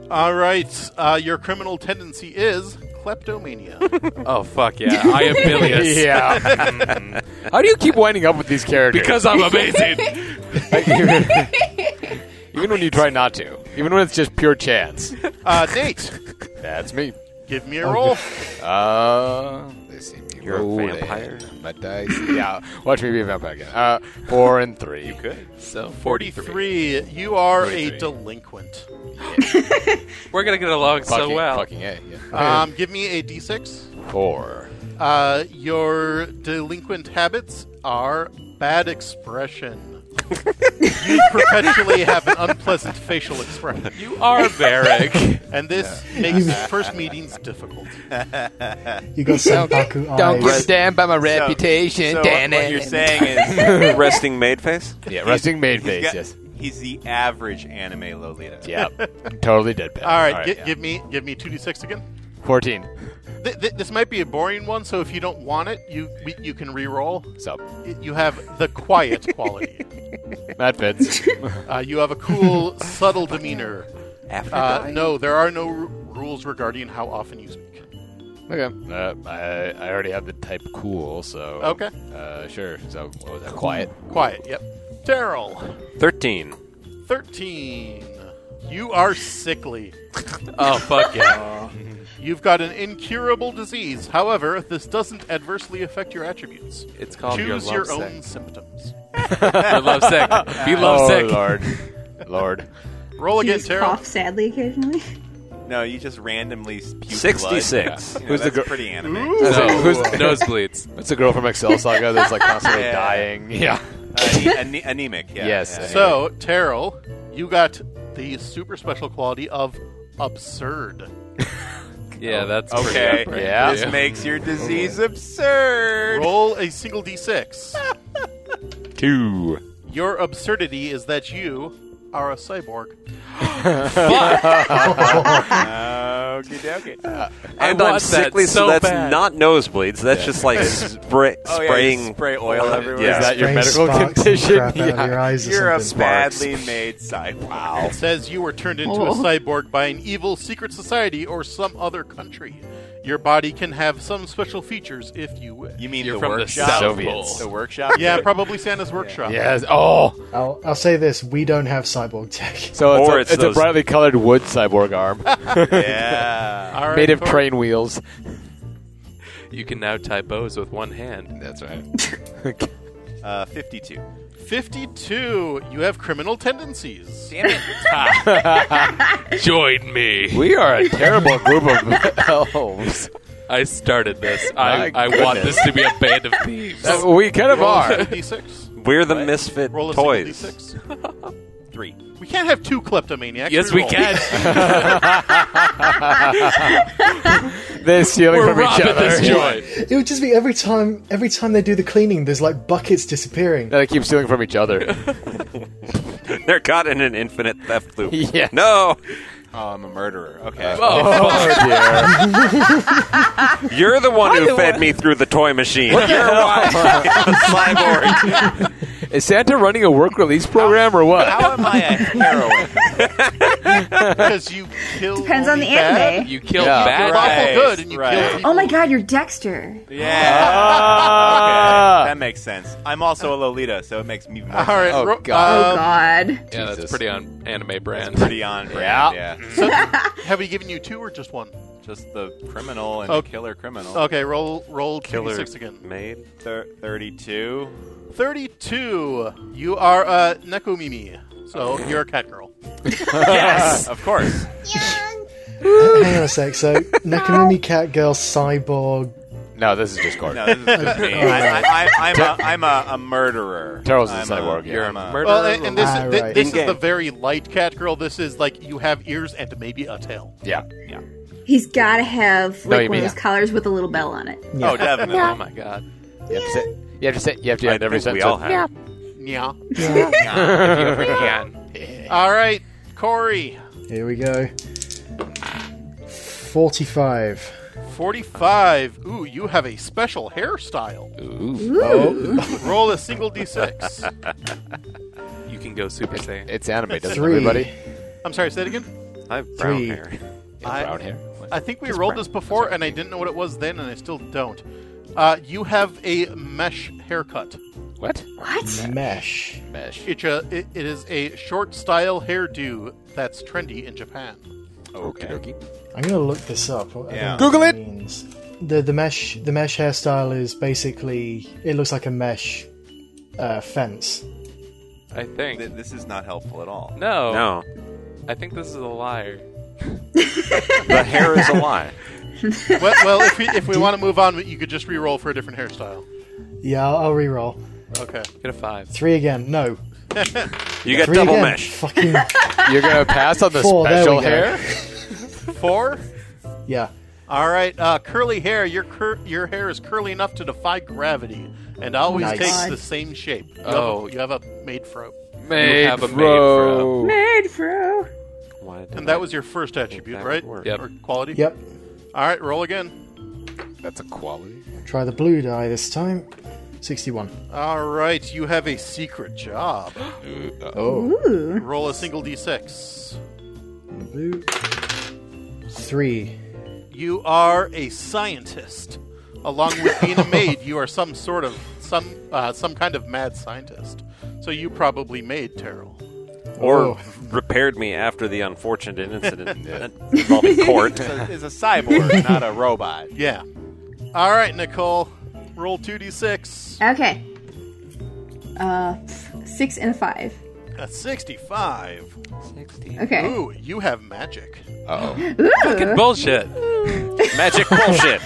S3: All right. Uh, your criminal tendency is kleptomania.
S2: Oh fuck yeah! <laughs> I am bilious
S1: <laughs> Yeah. Mm-hmm. How do you keep winding up with these characters?
S2: because I'm amazing.
S1: <laughs> even when you try not to, even when it's just pure chance.
S3: uh, Nate,
S1: That's me.
S3: give me a roll.
S1: Uh, they see me
S5: <laughs> You're a
S1: rolling
S5: vampire. <laughs>
S1: My dice. uh, Yeah, watch me be a vampire again. Uh, four and three. You could.
S2: so
S3: 43. You are a
S2: 43.
S3: delinquent.
S2: <laughs> We're gonna get along
S1: Fucking,
S2: so well.
S1: fucking a. Yeah. Uh,
S3: Um, give me a d6.
S1: Four.
S3: Uh, your delinquent habits are bad expression. you perpetually have an unpleasant facial expression,
S2: You are Varric.
S3: and this makes first meetings difficult.
S4: You got Senpaku
S1: Don't get
S4: eyes.
S1: stand by my reputation.
S6: So
S1: damn
S6: what
S1: it.
S6: you're saying is
S5: Resting maid face?
S1: yeah, resting maid
S6: he's,
S1: face.
S6: got-
S1: Yes.
S6: he's the average anime Lolita.
S1: Yep. totally deadpan.
S3: All right, gi-
S1: yeah.
S3: give me give me two d6 again.
S1: fourteen.
S3: Th- th- this might be a boring one, so if you don't want it, you we- you can re-roll.
S1: So
S3: Y- You have the quiet quality.
S1: that fits.
S3: Uh, you have a cool, subtle demeanor.
S5: After
S3: Uh, no, there are no r- rules regarding how often you speak.
S1: okay. Uh, I I already have the type cool, so
S3: Okay.
S1: Uh, sure. So what was that? Quiet.
S3: Quiet. Yep. Daryl,
S5: 13.
S3: thirteen. You are sickly.
S2: oh fuck yeah!
S3: You've got an incurable disease. However, this doesn't adversely affect your attributes.
S2: It's
S5: Oh,
S2: called
S3: Choose your,
S2: your love
S3: own symptoms.
S2: Your
S1: <laughs>
S2: love sick. Be love
S1: oh
S2: sick.
S1: lord, lord.
S3: Roll
S7: You
S3: again,
S7: just
S3: Daryl.
S7: cough sadly occasionally.
S6: No, you just randomly spew
S5: 66.
S6: Blood. You know,
S1: Who's the
S6: that's
S1: gir-
S6: pretty anime.
S1: That's
S2: No,
S1: a- who's- <laughs>
S2: nosebleeds.
S1: That's the girl from Excel Saga that's like constantly
S6: Yeah.
S1: dying. <laughs> Yeah.
S6: Uh, ane- anemic. Yeah,
S1: Yes.
S6: yeah.
S3: So, Terrell, you got the super special quality of absurd.
S1: Oh.
S2: Yeah, that's
S6: Okay.
S2: Pretty
S1: Yeah.
S6: This makes your disease absurd.
S3: Roll a single d6.
S5: Two.
S3: Your absurdity is that you are a cyborg.
S6: Okay, okay.
S5: And
S2: I
S5: I'm
S2: want that
S5: sickly, so,
S2: so
S5: that's
S2: bad.
S5: not nosebleeds. That's just like spray,
S6: Oh, yeah, you
S5: spraying.
S6: spray oil everywhere.
S5: Yeah.
S1: Is that your
S4: Brain
S1: medical
S4: sparks and
S1: condition? <laughs>
S4: Crap out
S1: Yeah.
S4: of your eyes or
S6: You're a
S4: something.
S6: badly made cyborg. Wow.
S3: It says you were turned into a
S7: Oh.
S3: cyborg by an evil secret society or some other country. Your body can have some special features if you wish.
S6: You mean
S2: You're
S6: the
S2: from the
S6: workshop?
S2: South
S1: Soviets.
S6: The workshop?
S3: Yeah, probably Santa's workshop.
S1: Yes. Oh,
S4: I'll, I'll say this: we don't have cyborg tech. <laughs>
S1: so it's,
S5: Or
S1: a,
S5: it's
S1: it's, a
S5: those-
S1: brightly colored wood cyborg arm
S6: yeah. <laughs>
S3: All right,
S1: made of
S3: Tor-
S1: train wheels.
S2: You can now tie bows with one hand.
S1: That's right.
S6: Uh, 52.
S3: 52. You have criminal tendencies.
S6: Damn it.
S2: Join me.
S1: We are a terrible group of elves.
S2: I started this. I,
S1: My
S2: I want
S1: goodness.
S2: this to be a
S1: <laughs>
S2: band of thieves.
S1: Uh, we kind of
S3: Roll a
S1: <laughs> are.
S3: single d6.
S5: We're the misfit
S3: Roll a
S5: toys.
S3: single d6.
S6: Three.
S3: We can't have two kleptomaniacs.
S2: yes,
S3: <laughs>
S2: we
S3: roll.
S2: can.
S1: They're stealing
S2: We're
S1: from each
S2: robbing
S1: other.
S2: this joint.
S4: It would just be every time. Every time they do the cleaning, there's like buckets disappearing.
S1: <laughs> No, they keep stealing from each other.
S5: <laughs>
S1: <laughs>
S5: They're caught in an infinite
S1: <laughs>
S5: theft loop.
S1: Yes.
S5: No,
S6: Oh, I'm a murderer. Okay.
S1: oh
S5: you're the one who fed me through the toy machine. You're why <laughs>
S6: <laughs>
S5: I'm a cyborg.
S1: dear. Is Santa running a work release program or what?
S6: How <laughs> am I a heroine?
S3: Because you kill.
S7: Depends on the
S3: only bad.
S7: anime.
S2: You killed
S1: Yeah.
S2: bad
S3: You're
S6: Right,
S3: awful good, and you
S6: right.
S3: kill people.
S7: Oh my god, you're Dexter.
S6: Yeah.
S1: Ah.
S6: okay. <laughs> That makes sense. I'm also a Lolita, so it makes me more
S3: All right.
S1: Oh,
S3: ro-
S1: God.
S7: oh
S3: um,
S7: god.
S2: Yeah,
S1: Jesus.
S2: that's pretty on anime brand.
S6: pretty on brand.
S1: Yeah.
S6: Yeah.
S7: Oh, <laughs>
S3: Have we given you two or just one?
S6: Mm-hmm. Just the criminal and
S3: Oh.
S6: the killer criminal.
S3: Okay, roll roll
S5: Killer.
S3: six again.
S5: Made.
S6: Thir- 32.
S3: Thirty-two. You are uh, Nekomimi, so you're a cat girl.
S6: Of course.
S4: Hang on a sec. So Nakamimi Cat Girl Cyborg.
S1: No, this is just Gordon.
S6: No, this is
S3: <laughs>
S6: just me. I, I, I'm, a, I'm a, a murderer.
S1: Terrell's a
S6: I'm
S1: cyborg, yeah.
S6: You're
S2: You're a
S6: I'm a,
S2: murderer.
S3: Well, and, and this
S4: Ah,
S3: thi-
S4: right.
S3: this is
S5: In-game.
S3: the very light cat girl. This is like you have ears and maybe a tail.
S1: Yeah.
S7: He's gotta have
S1: No,
S7: like
S1: you
S7: one of
S1: mean-
S7: those collars with a little bell on it.
S6: Oh, <laughs> definitely.
S2: oh my god.
S1: You have to say. You have to say. You have to
S5: I
S1: end every
S5: think we
S1: sentence.
S5: all
S1: with-
S5: have.
S3: Yeah. <laughs> All right, Corey,
S4: Here we go. Forty-five.
S3: forty-five. Ooh, you have a special hairstyle.
S4: Oh,
S3: <laughs> Roll a single d6.
S2: You can go Super Saiyan.
S1: It's anime, doesn't
S4: Three.
S1: everybody?
S3: I'm sorry, say it again.
S5: I have brown
S4: Three.
S5: hair.
S1: Brown hair.
S3: I think we rolled this before, and I didn't know what it was then, and I still don't. Uh, you have a mesh haircut.
S1: What?
S7: What?
S4: Mesh.
S1: Mesh.
S3: It's a, it, it is a short style hairdo that's trendy in Japan.
S6: Okay.
S4: I'm gonna look this up. I don't
S6: Yeah.
S4: know
S1: Google it.
S4: what means. The the mesh the mesh hairstyle is basically it looks like a mesh uh, fence.
S2: I think.
S6: Th- This is not helpful at all.
S2: no,
S5: No,
S2: I think this is a liar.
S5: the hair is a lie.
S3: well, well, if we, if
S4: <laughs>
S3: we want to move on, you could just re-roll for a different hairstyle.
S4: Yeah, I'll, I'll re-roll
S3: Okay.
S2: Get a five.
S4: three again. No,
S5: You got
S4: three
S5: double
S4: again.
S5: mesh.
S4: Fucking
S1: <laughs> You're gonna pass on the
S4: Four, there
S1: special
S4: we go.
S1: hair?
S3: Four.
S4: yeah.
S3: All right, uh, curly hair. Your cur- your hair is curly enough to defy gravity, and always
S4: Nice.
S3: takes
S7: God.
S3: the same shape. You
S2: Oh.
S3: have a, you have a maid fro,
S1: Made
S2: have a maid
S1: fro.
S7: Mad fro.
S5: Why did
S3: and that
S5: I-
S3: was your first attribute,
S5: that
S3: right?
S5: would work.
S2: Yep.
S3: Or quality.
S4: Yep.
S3: All right, roll again.
S1: That's a quality.
S4: Try the blue die this time. Sixty-one.
S3: All right, you have a secret job.
S4: <gasps> Oh,
S7: Ooh.
S3: roll a single d6.
S4: blue. Three.
S3: You are a scientist. Along with being a maid, you are some sort of some uh, some kind of mad scientist. So you probably made
S6: <laughs>
S3: Terrell.
S5: or
S4: Oh.
S5: repaired me after the unfortunate incident involving court.
S6: It's a, it's a cyborg, not a
S3: <laughs>
S6: robot.
S3: Yeah. All right, Nicole. Roll two d6.
S7: Okay. Uh, pff, six and a five.
S3: A 65.
S7: Okay.
S3: Uh, Ooh, you have magic.
S1: Uh-oh.
S7: Ooh.
S2: Bullshit.
S5: Magic bullshit.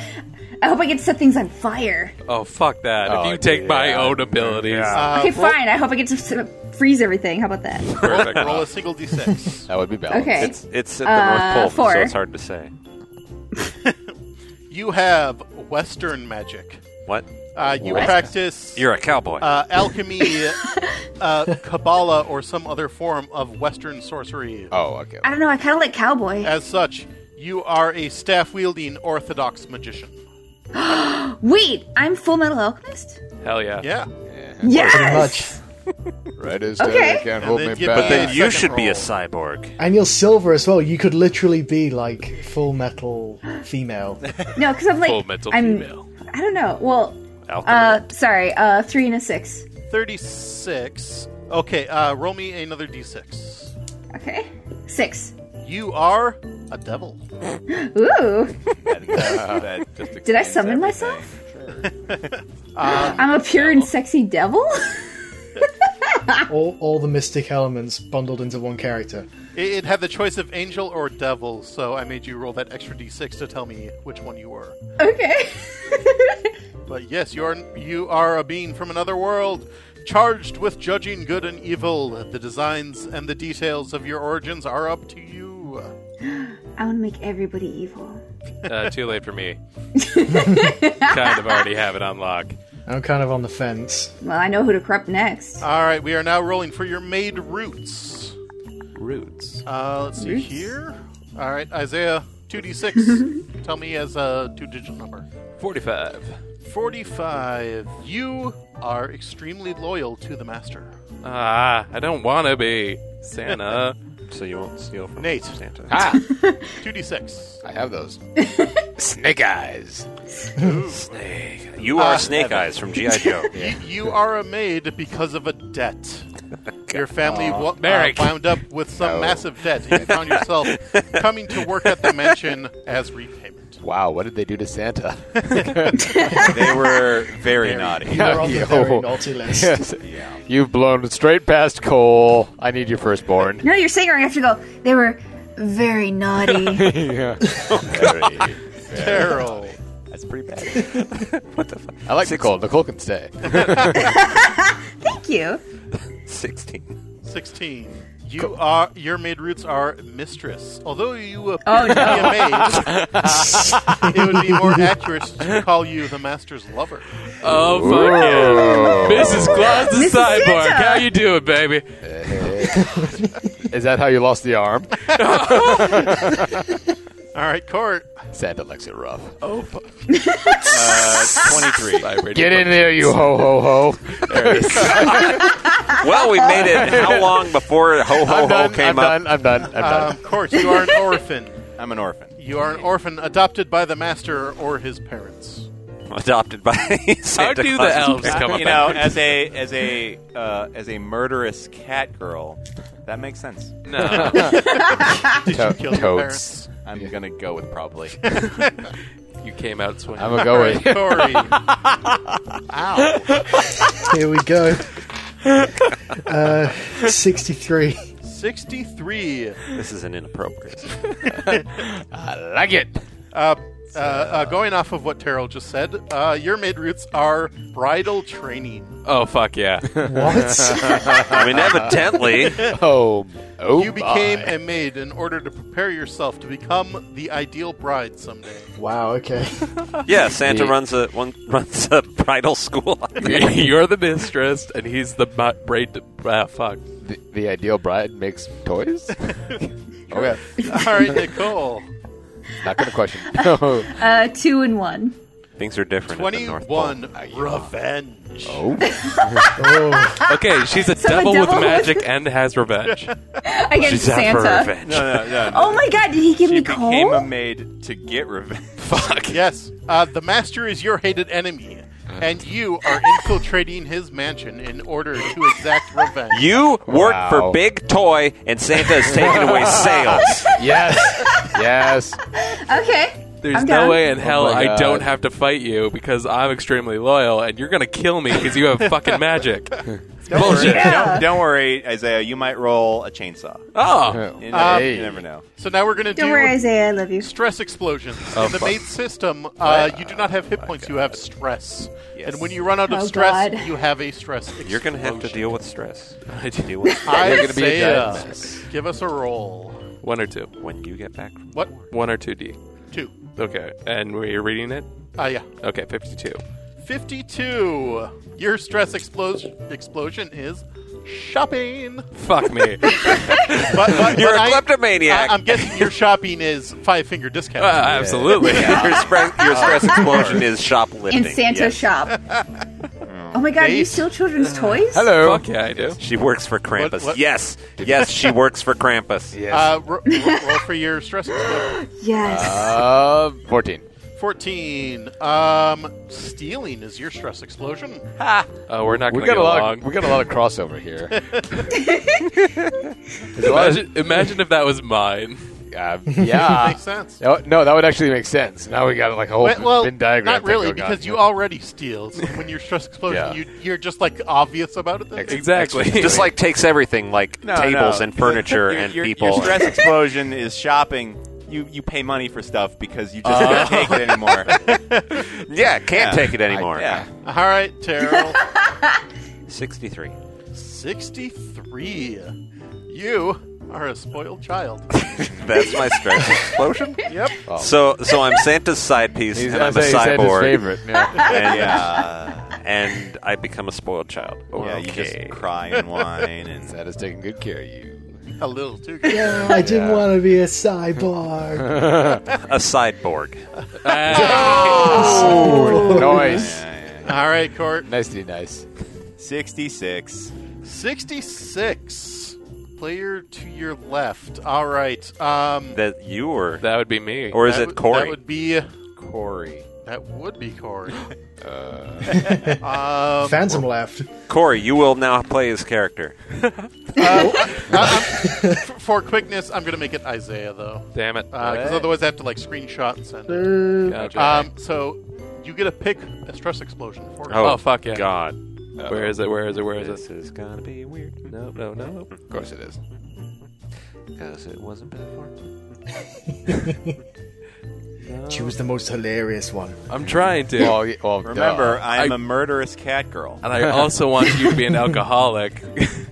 S7: I hope I get to set things on fire.
S2: Oh fuck that!
S1: Oh,
S2: if you take my
S1: yeah.
S2: own abilities,
S3: Uh,
S7: okay,
S3: roll,
S7: fine. I hope I get to sort of freeze everything. How about that?
S2: perfect.
S3: <laughs> roll a single
S5: <laughs>
S3: d6.
S1: That would be balanced.
S7: Okay.
S5: It's it's at the North
S7: Uh,
S5: Pole,
S7: four.
S5: so it's hard to say.
S3: you have Western magic.
S5: What?
S3: Uh, you
S5: What?
S3: practice
S5: You're a cowboy.
S3: uh, alchemy, <laughs> uh, Kabbalah, or some other form of Western sorcery.
S1: Oh, okay.
S7: I don't know. I kind of like cowboy.
S3: As such, you are a staff wielding Orthodox magician.
S7: Wait, I'm Full Metal Alchemist.
S2: Hell yeah.
S3: Yeah.
S4: Pretty
S7: Yes.
S4: much.
S1: Right as day,
S7: Okay.
S1: they can't
S3: And
S1: hold
S3: then
S1: me
S3: get
S1: back.
S5: but then
S3: uh,
S5: you
S3: second
S5: should be a
S3: roll.
S5: cyborg.
S4: And you're silver as well. You could literally be like full metal female.
S7: No, because I'm like
S2: Full metal
S7: I'm.
S2: female.
S7: I don't know. Well,
S5: Alchemist.
S7: uh, sorry. Uh, three and a six.
S3: 36. Okay, uh, roll me another d6.
S7: Okay, six.
S3: You are a devil.
S7: Ooh,
S6: That, that, <laughs> that just
S7: did I
S6: explains
S7: summon
S6: everything.
S7: myself? <laughs> I'm a pure and sexy devil. <laughs>
S4: all, all the mystic elements bundled into one character.
S3: It, it had the choice of angel or devil, so I made you roll that extra d6 to tell me which one you were.
S7: okay. <laughs>
S3: But yes, you are you are a being from another world, charged with judging good and evil. The designs and the details of your origins are up to you.
S7: I want to make everybody evil.
S1: <laughs>
S2: Uh, too late for me. kind of already have it on lock.
S4: I'm kind of on the fence.
S7: Well, I know who to corrupt next.
S3: All right, we are now rolling for your maid roots.
S2: Roots.
S3: Uh, let's see here. All right, Isaiah, two d6. tell me as a two-digit number.
S2: Forty-five.
S3: Forty-five. You are extremely loyal to the master.
S2: Ah, I don't want to be Santa.
S5: <laughs> so you won't steal from
S3: Nate.
S5: Santa.
S1: Ah,
S3: Two d6.
S1: I have
S7: <laughs>
S1: those. Snake eyes.
S5: You are Snake Eyes from GI <laughs> Joe.
S3: You are a maid because of a debt. Your family wa- uh,
S2: Merrick.
S3: wound up with some
S1: No.
S3: massive debt, and you found yourself coming to work at the mansion
S1: <laughs>
S3: as repayment.
S1: Wow, what did they do to <laughs> Santa?
S6: They were very, naughty.
S4: You're on the very
S1: Yo.
S4: naughty list.
S1: yes. <laughs> You've blown straight past Cole. I need your <laughs> firstborn.
S7: No, you're saying I have to go. They were very naughty.
S1: yeah.
S3: Carol,
S6: That's pretty bad.
S1: I like Nicole. Nicole can stay.
S7: Thank you.
S5: Sixteen.
S3: sixteen. You are your maid roots are mistress. Although you appear
S7: Oh,
S3: to be a maid, it would be more accurate to call you the master's lover.
S2: Oh fuck yeah. Mrs. Claus the
S7: Mrs.
S2: cyborg.
S7: Santa.
S2: How you doing, baby?
S1: Is that how you lost the arm?
S3: All right, Court.
S1: Santa likes it rough.
S6: Uh, 23.
S1: Get in there, you ho ho ho.
S5: <laughs> Well, we made it. <laughs> How long before Ho Ho
S1: I'm
S5: Ho
S1: done.
S5: came
S1: I'm
S5: up?
S1: done. I'm done. I'm done.
S3: Um, Court, you are an orphan.
S6: I'm an orphan.
S3: You are an orphan adopted by the master or his parents.
S5: Adopted by <laughs> Santa
S2: do the
S5: Claus's
S2: elves
S5: parents.
S2: come
S6: you know, as a as a uh, as a murderous cat girl, that makes sense.
S2: No.
S3: Did you
S1: To-
S3: kill your
S1: totes.
S3: parents?
S6: I'm gonna go with probably.
S2: you came out swinging.
S1: I'm gonna go with
S3: Sorry.
S4: Here we go. Uh, 63.
S3: 63.
S5: This is an <laughs> inappropriate.
S1: <laughs> I like it.
S3: Uh, uh, uh, going off of what Terrell just said, uh, your maid roots are bridal training.
S2: oh fuck yeah! <laughs>
S4: What?
S5: I mean, evidently,
S1: Oh, oh
S3: You became a maid in order to prepare yourself to become the ideal bride someday.
S4: wow, okay.
S5: yeah. Santa
S1: The-
S5: runs a one, <laughs> runs a bridal school. <laughs>
S2: You're the mistress, and he's the mu- braid. Ah, fuck.
S1: the, the ideal bride makes
S3: <laughs>
S1: toys. okay,
S3: All right, Nicole.
S1: not gonna question. <laughs> No.
S7: Uh, two and one.
S5: Things are different. at the North Pole.
S3: 21. Revenge.
S4: Oh,
S2: Okay, she's a
S7: Ah, So a
S2: devil with
S7: devil with-
S2: magic
S7: <laughs>
S2: and has revenge.
S7: Against
S5: She's out for
S7: Santa.
S5: revenge.
S6: No, no,
S2: Uh,
S6: no. no.
S7: Oh my god, did he give
S6: she
S7: me
S6: became
S7: coal?
S6: a maid to get revenge.
S2: fuck.
S3: Yes, uh, the master is your hated enemy, and you are infiltrating his mansion in order to exact revenge.
S5: You work
S1: Wow.
S5: for Big Toy, and Santa is taking <laughs> away sales.
S1: Yes, yes.
S7: okay.
S2: There's
S7: I'm
S2: no
S7: down.
S2: way in hell
S1: my
S2: I
S1: God.
S2: don't have to fight you because I'm extremely loyal, and you're gonna kill me because you have fucking magic.
S6: Don't worry,
S7: Bullshit. Yeah.
S6: don't, don't worry, Isaiah. You might roll a chainsaw.
S2: Oh,
S6: You,
S1: Uh,
S6: never-
S1: hey.
S6: you never know.
S3: So now we're going to
S7: Don't
S3: do
S7: worry, Isaiah, I love you.
S3: stress explosions.
S2: Oh,
S3: in the
S2: fuck.
S3: maid system, uh, you do not have hit points, you have stress.
S6: Yes.
S3: And when you run out of
S7: Oh,
S3: stress,
S7: God.
S3: you have a stress explosion.
S5: You're going to have to deal with stress. Deal with stress
S1: You're gonna be a
S3: Isaiah,
S1: giant mess.
S3: give us a roll.
S2: one or two,
S5: when you get back. From
S3: What?
S2: one or two D.
S3: Two.
S2: Okay, and we're reading it.
S3: Ah, yeah.
S2: Okay, fifty-two.
S3: 52. Your stress explos- explosion is shopping.
S2: Fuck me.
S3: But, <laughs> but,
S5: You're
S3: but
S5: a
S3: I-
S5: kleptomaniac.
S3: I, am guessing your shopping is five finger discount.
S2: Uh, absolutely.
S5: <laughs> your, spre- your stress explosion is shoplifting.
S7: In Santa's
S5: yes.
S7: shop. oh my god, you
S3: Base.
S7: steal children's toys?
S1: Hello.
S2: Fuck yeah, I do.
S5: She works for Krampus.
S3: What- what-
S5: Yes, yes, she works for Krampus.
S1: Yes.
S3: uh, ro- ro- roll for your stress explosion.
S7: Yes.
S1: Uh, fourteen.
S3: 14. Um, stealing is your stress explosion.
S2: Oh, we're not
S1: We got
S2: gonna get
S1: a lot.
S2: along.
S1: Of, we got a lot of crossover here. There's a lot of-
S2: Imagine, imagine if that was mine.
S1: uh, yeah.
S3: Makes sense.
S1: No, no, that would actually make sense. Now we got like a whole
S3: Well, well,
S1: Venn diagram.
S3: not
S1: thing
S3: really,
S1: going on.
S3: because you already steal. So when your stress explosion,
S1: Yeah.
S3: you, you're just like obvious about it. Then.
S1: Ex-
S2: Exactly.
S5: <laughs> Just like takes everything, like
S6: No,
S5: tables
S6: no.
S5: and furniture
S6: Your-
S5: and
S6: your,
S5: people.
S6: Your stress explosion is shopping. You you pay money for stuff because you just can't take it anymore.
S5: yeah, can't take it anymore.
S6: Yeah.
S3: All right, Terrell. <laughs>
S5: Sixty-three.
S3: 63. You are a spoiled child. <laughs>
S5: That's my stress explosion.
S3: Yep.
S5: So, so I'm Santa's side piece,
S1: He's,
S5: and I'm
S1: that's
S5: a
S1: how he said his
S5: cyborg,
S1: favorite. Yeah.
S5: and,
S6: Yeah.
S5: and I become a spoiled child.
S6: Yeah, you
S5: Okay.
S6: just cry and whine and
S1: Santa's taking good care of you.
S3: A little too good.
S4: I didn't want to be a cyborg.
S5: a cyborg.
S1: nice,
S3: All right, Court.
S1: nicely nice.
S6: 66.
S3: 66. Player to your left. All right. Um,
S5: That you were,
S2: that would be me.
S5: or is
S3: that
S5: it
S3: would-
S5: Corey?
S3: That would be. uh,
S6: Corey.
S3: That would be
S7: <laughs>
S3: Corey. um,
S4: Phantom left.
S5: Corey, you will now play his character.
S3: f- for quickness, I'm gonna make it Isaiah though,
S2: Damn it.
S1: Uh,
S3: because otherwise I have to like screenshot and send it.
S2: Gotcha.
S3: Um, so you get to pick a stress explosion for it.
S2: oh, fuck yeah. Uh,
S5: God.
S2: Where is it? Where is it? Where is it?
S5: This is gonna be weird.
S2: No, no, no.
S1: Of course it is.
S5: Because it wasn't before.
S4: Choose the most hilarious one.
S2: Mm. I'm trying to.
S1: Well, y- well,
S6: Remember,
S1: duh.
S6: I'm
S2: I-
S6: a murderous cat
S2: <laughs>
S6: girl.
S2: and I also want you
S1: <laughs>
S2: to be an alcoholic.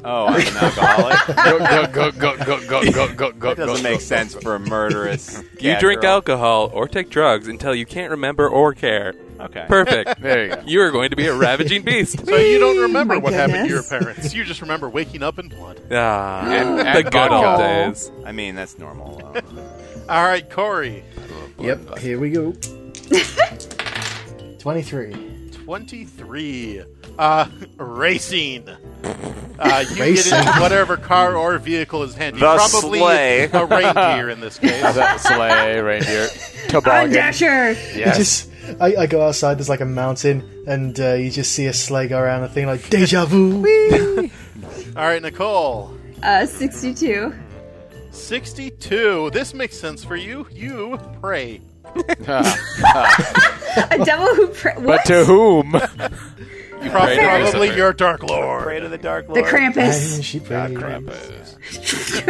S6: Oh, I'm an alcoholic.
S1: go uh, go go go go go go go go.
S6: It doesn't make sense for a murderous.
S2: you
S6: cat
S2: drink
S6: girl.
S2: alcohol or take drugs until you can't remember or care.
S6: Okay.
S1: <laughs>
S2: Perfect.
S1: There you go.
S2: you are going to be a ravaging
S1: <laughs>
S2: beast.
S3: So you don't remember
S7: my
S3: what happened to your
S7: goodness.
S3: parents. You just remember waking up in blood.
S2: Ah,
S1: And- and
S2: the good old
S1: vodka.
S2: days.
S6: I mean, that's normal. Um, though.
S3: All right, Corey,
S4: Yep, <laughs> here we go. 23.
S3: twenty-three. Uh, racing. Uh, you get into whatever car or vehicle is handy.
S5: The
S3: Probably
S5: sleigh.
S3: a reindeer in
S5: <laughs>
S3: this case.
S1: Sleigh, <laughs> reindeer,
S7: I'm
S1: toboggan.
S7: Oh, Dasher.
S4: You just, I, I go outside. There's like a mountain, and uh, you just see a sleigh go around the thing, like deja vu.
S3: All right, Nicole.
S7: Uh, 62.
S3: 62. This makes sense for you. You pray.
S7: A devil who pra-
S1: But <laughs>
S7: what?
S1: to whom?
S3: Pro-
S2: pray to
S3: probably
S2: Lucifer.
S3: your Dark Lord.
S6: Pray to the Dark
S7: the
S6: Lord.
S4: And
S7: Krampus.
S4: she prayed.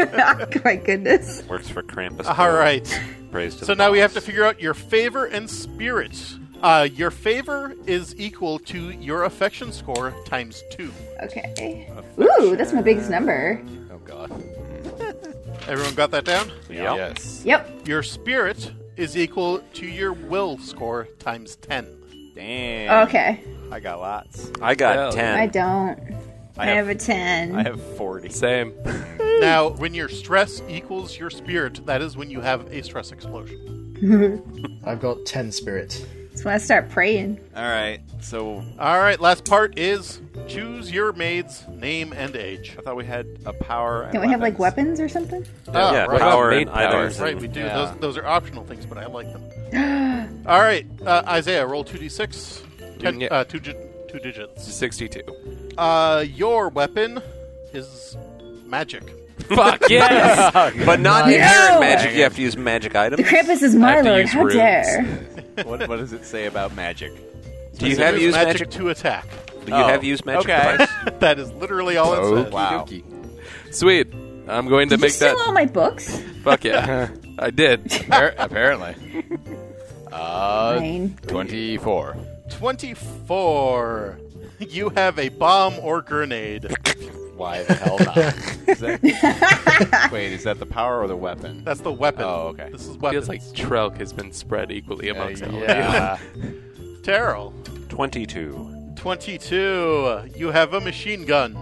S7: <laughs> oh, my goodness.
S5: Works for Krampus.
S3: All right.
S5: Praise to
S3: So
S5: the
S3: now we have
S5: boss.
S3: to figure out your favor and spirit. Uh, your favor is equal to your affection score times two.
S7: Okay. Ooh, that's my biggest number.
S1: Oh God.
S3: Everyone got that down?
S5: Yep.
S1: Yes.
S7: Yep.
S3: Your spirit is equal to your will score times ten.
S6: Damn.
S7: Okay.
S6: I got lots.
S5: I got
S2: Hell.
S5: ten.
S7: I don't. I,
S6: have-
S7: have, a 10.
S6: I have 40.
S2: Same.
S3: Now, when your stress equals your spirit, that is when you have a stress explosion.
S4: I've got ten spirit.
S7: That's when I start praying.
S6: All right. So
S3: All right, last part is choose your maid's name and age.
S6: I thought we had a power. And
S7: Don't we have like weapons or something?
S3: Ah,
S5: yeah,
S3: right.
S5: power
S2: Made
S5: and
S2: power.
S5: items.
S3: Right, we do.
S6: Yeah.
S3: Those, those are optional things, but I like them. <gasps> All right, uh, Isaiah, roll 2d6. Ten,
S2: Yeah.
S3: uh, two, di- two digits.
S2: 62.
S1: <laughs>
S3: Uh, your weapon is magic.
S2: Fuck yes!
S5: <laughs> But not
S7: No!
S5: inherent magic. You have to use magic
S7: The
S5: items.
S7: Krampus is my
S2: have to
S7: lord.
S2: use
S7: How
S2: runes.
S7: dare.
S6: what, what does it say about magic?
S5: Do you have
S3: There's
S5: used
S3: magic,
S5: magic?
S3: to attack. <laughs>
S5: Do you have used magic
S6: okay.
S5: device?
S3: that is literally all it
S1: Oh,
S3: says.
S6: Oh, Wow.
S2: Sweet. I'm going to
S7: Did you
S2: make
S7: steal
S2: that.
S7: all my books?
S1: <laughs>
S2: Fuck yeah. I did.
S1: Appar- apparently. Uh,
S7: Fine.
S1: twenty-four.
S3: 24. You have a bomb or grenade.
S1: Why the hell <laughs> not?
S6: Is
S7: Ah.
S6: that- wait, is that the power or
S3: <laughs>
S6: the weapon?
S3: That's the weapon.
S6: Oh, okay.
S3: This is
S2: Feels
S3: weapons.
S2: like Trelk has been spread equally amongst all of you.
S1: yeah.
S3: Terrell.
S5: Twenty-two.
S3: 22. You have a machine gun.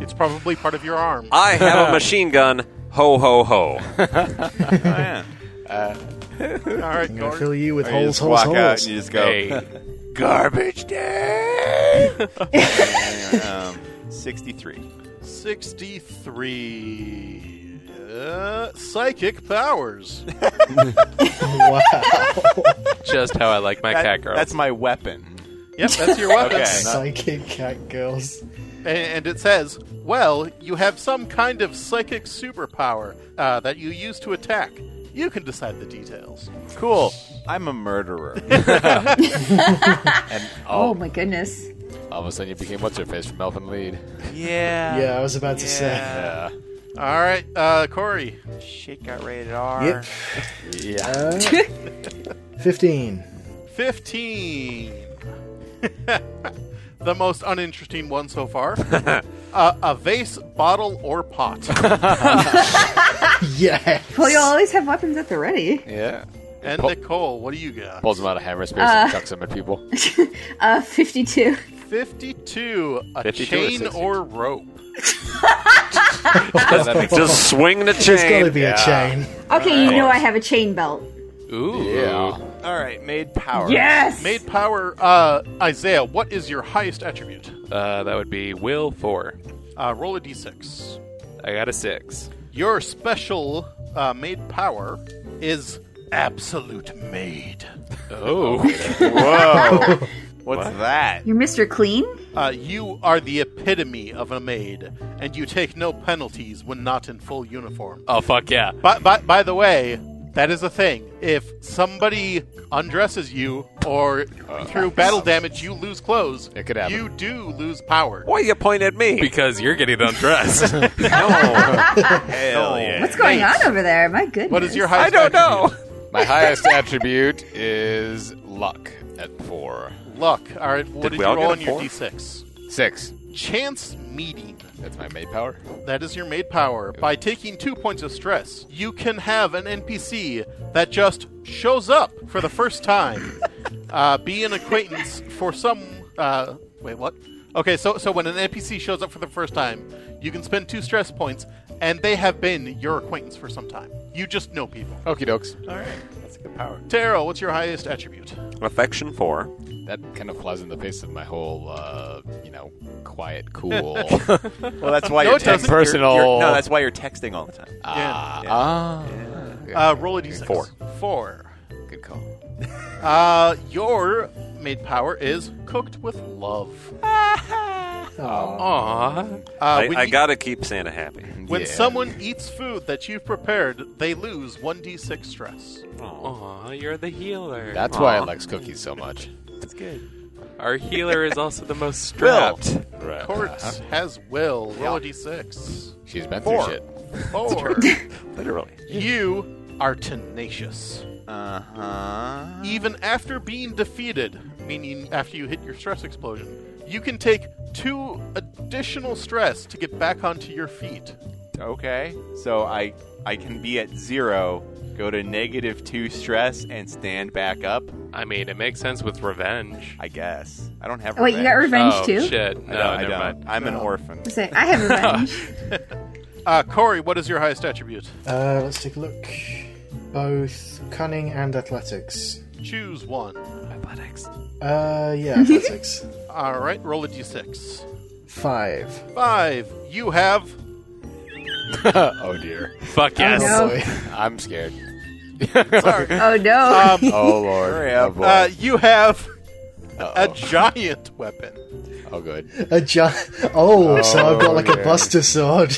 S3: It's probably part of your arm.
S5: I have a machine gun. Ho ho ho.
S6: Oh, yeah.
S3: All right,
S4: I'm gonna
S3: Gordon.
S4: fill you with
S6: Or you
S4: holes,
S6: just
S4: holes,
S6: walk out
S4: holes.
S6: and you just go <laughs>
S5: Garbage day.
S6: um, 63.
S3: 63. Uh, psychic
S6: <laughs>
S3: powers.
S4: <laughs> Wow.
S2: Just how I like my cat girl.
S6: That's my weapon.
S3: Yep, that's your weapon.
S6: Okay.
S4: Psychic cat girls.
S3: A- And it says, well, you have some kind of psychic superpower uh, that you use to attack. You can decide the details.
S6: Cool. I'm a murderer.
S7: Oh, my goodness.
S1: All of a sudden, you became what's her face from Elfin Lead.
S6: yeah.
S4: Yeah, I was about to say.
S1: Yeah.
S3: All right, uh, Corey.
S6: Shit got rated R.
S4: Yep. Uh, Fifteen. <laughs>
S3: 15. <laughs> the most uninteresting one so
S2: <laughs>
S3: far. uh, a vase, bottle, or pot.
S4: Yeah.
S7: Well, you'll always have weapons at the ready.
S1: Yeah.
S3: and
S1: Pul-
S3: Nicole, what do you got?
S1: Pulls him out of hammer space and chucks him at people.
S7: Uh,
S3: 52.
S7: 52.
S3: A
S5: 52 or
S3: chain
S5: 62?
S3: or rope.
S5: Just swing the
S4: There's got to
S5: chain.
S4: be a chain.
S7: Okay, you know I have a chain belt.
S2: Ooh.
S1: Yeah.
S6: All right, made power.
S7: Yes!
S3: Made power. Uh, Isaiah, what is your highest attribute?
S2: Uh, that would be Will 4.
S3: Uh, roll a d6.
S2: I got a 6.
S3: Your special uh, made power is absolute made.
S2: Oh.
S7: <laughs>
S6: Whoa. What's that?
S7: You're Mr. Clean?
S3: Uh, you are the epitome of a maid, and you take no penalties when not in full uniform.
S2: oh, fuck yeah.
S3: By, by, by the way, that is a thing. If somebody undresses you or
S5: Uh,
S3: through battle damage you lose clothes,
S1: It could happen.
S3: you do lose power.
S5: Why you point at
S2: <laughs>
S5: me?
S2: Because you're getting
S6: <laughs>
S2: undressed.
S5: Oh,
S6: Hell yeah.
S7: What's going on over there? My goodness.
S3: What is your
S5: I
S3: highest
S5: don't know.
S3: attribute?
S1: My highest attribute is luck at four.
S3: Luck. All right, what
S5: Did
S3: did,
S5: we
S3: you
S5: all get
S3: roll
S5: a
S3: on your
S5: four?
S3: d6?
S1: Six.
S3: Chance meeting.
S1: That's my maid power.
S3: That is your maid power. By taking two points of stress, you can have an NPC that just shows up for the
S1: <laughs>
S3: first time, uh, be an acquaintance for some. Uh, wait, what? Okay, so so when an NPC shows up for the first time, you can spend two stress points and they have been your acquaintance for some time. You just know people.
S1: Okie dokes.
S6: All right. That's a good power.
S3: Terrell, what's your highest attribute?
S5: Affection for.
S1: That kind of flies in the face of my whole, uh, you know, quiet, <laughs> cool.
S6: Well, that's why
S3: No,
S6: you're
S3: it doesn't.
S6: text- you're-
S1: Personal.
S6: you're- no, that's why you're texting all the time.
S1: ah,
S6: Yeah.
S1: ah.
S3: Uh, roll a d6.
S1: Four.
S3: Four.
S1: Good call.
S3: Uh, your maid power is cooked with love.
S2: Aw.
S3: Uh,
S5: I,
S3: when
S5: I
S3: you-
S5: gotta keep Santa happy.
S3: When
S1: Yeah.
S3: someone eats food that you've prepared, they lose 1d6 stress.
S2: Aw, you're the healer.
S1: That's why I like cookies so much.
S2: That's good. Our healer is also the most
S6: Will.
S2: strapped.
S1: Right.
S3: Courts has will. Roll a d6.
S1: She's been
S6: Four.
S1: through shit.
S3: Four.
S6: Literally.
S3: you are tenacious.
S6: Uh huh.
S3: Even after being defeated, meaning after you hit your stress explosion, you can take two additional stress to get back onto your feet.
S6: Okay. So I I can be at zero, go to negative two stress, and stand back up.
S2: I mean, it makes sense with revenge.
S6: I guess. I don't have.
S7: Oh, wait, you got revenge
S2: oh,
S7: too?
S2: shit.
S6: I
S2: No,
S6: don't- I
S2: never
S6: don't.
S2: mind.
S6: I'm an orphan.
S7: I was
S3: <laughs>
S7: like, I have revenge.
S3: Uh, Corey, what is your highest attribute?
S4: Uh, let's take a look. Both cunning and athletics.
S3: Choose one.
S2: Athletics.
S4: Uh, yeah, athletics.
S3: All right, roll a d6.
S4: Five.
S3: Five. You have
S1: oh dear.
S2: Fuck yes.
S7: Oh,
S4: Boy.
S1: I'm <laughs> scared.
S7: no. Oh, no.
S3: um,
S1: Oh lord.
S6: Hurry up.
S1: Oh, boy.
S3: uh, you have a
S1: Uh-oh.
S3: giant weapon.
S1: oh good.
S4: A giant. Oh, so I've got like
S1: yeah.
S4: a Buster Sword.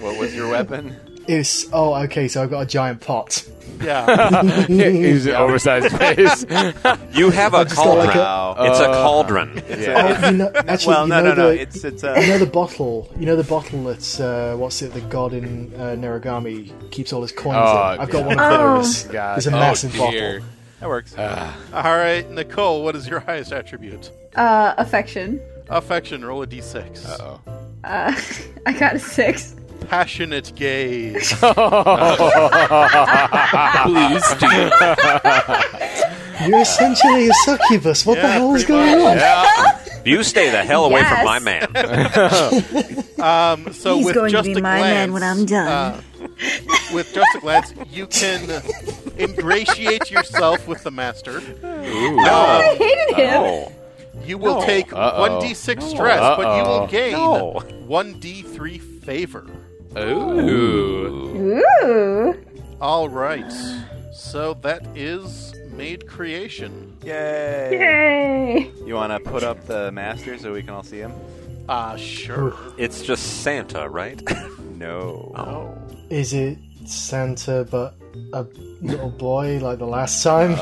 S6: What was your weapon?
S4: <laughs> It's oh, okay. So I've got a giant pot.
S3: Yeah.
S4: <laughs>
S1: He's an <laughs> oversized face.
S5: You have a
S4: got
S5: cauldron.
S4: like a-
S6: Wow.
S5: it's a
S1: Uh,
S5: cauldron.
S4: Oh, you
S6: <laughs>
S4: know, actually,
S6: well,
S4: you
S6: no,
S4: know
S6: no, no.
S4: the,
S6: It's it's uh, a.
S4: you know the bottle. You know the bottle that's uh, what's it? The god in uh, Naragami keeps all his coins
S1: Oh,
S4: in. I've got
S1: God.
S4: one of
S7: Oh.
S4: those.
S1: God.
S4: There's a
S1: Oh,
S4: massive
S1: dear.
S4: bottle.
S6: that works.
S3: All right, Nicole, what is your highest attribute?
S7: <laughs> Uh, affection.
S3: Affection, roll a d6.
S1: Oh.
S7: Uh, <laughs> I got a six.
S3: Passionate gaze.
S2: Please
S7: <laughs>
S2: do.
S4: You're essentially a succubus. What the
S3: Yeah,
S4: hell is
S3: pretty
S4: going on?
S5: You stay the hell away
S7: Yes.
S5: from my man.
S3: Um, so
S7: <laughs> He's
S3: with
S7: going to
S3: just
S7: be
S3: a
S7: my
S3: glance,
S7: man when I'm done.
S3: uh, with just a glance, you can ingratiate yourself with the master.
S7: I
S5: No.
S7: hated him.
S5: No.
S3: You will take
S1: Uh-oh.
S3: one d6 stress, but you will
S1: Uh-oh.
S3: gain
S5: No.
S3: one d3 favor. Oh.
S2: Ooh.
S7: Ooh.
S3: All right. So that is made creation.
S6: Yay.
S7: Yay.
S6: You want to put up the master so we can all see him?
S3: Ah, sure.
S5: It's just Santa, right? <laughs>
S6: No.
S4: Oh. Is it Santa but a little boy like the last time?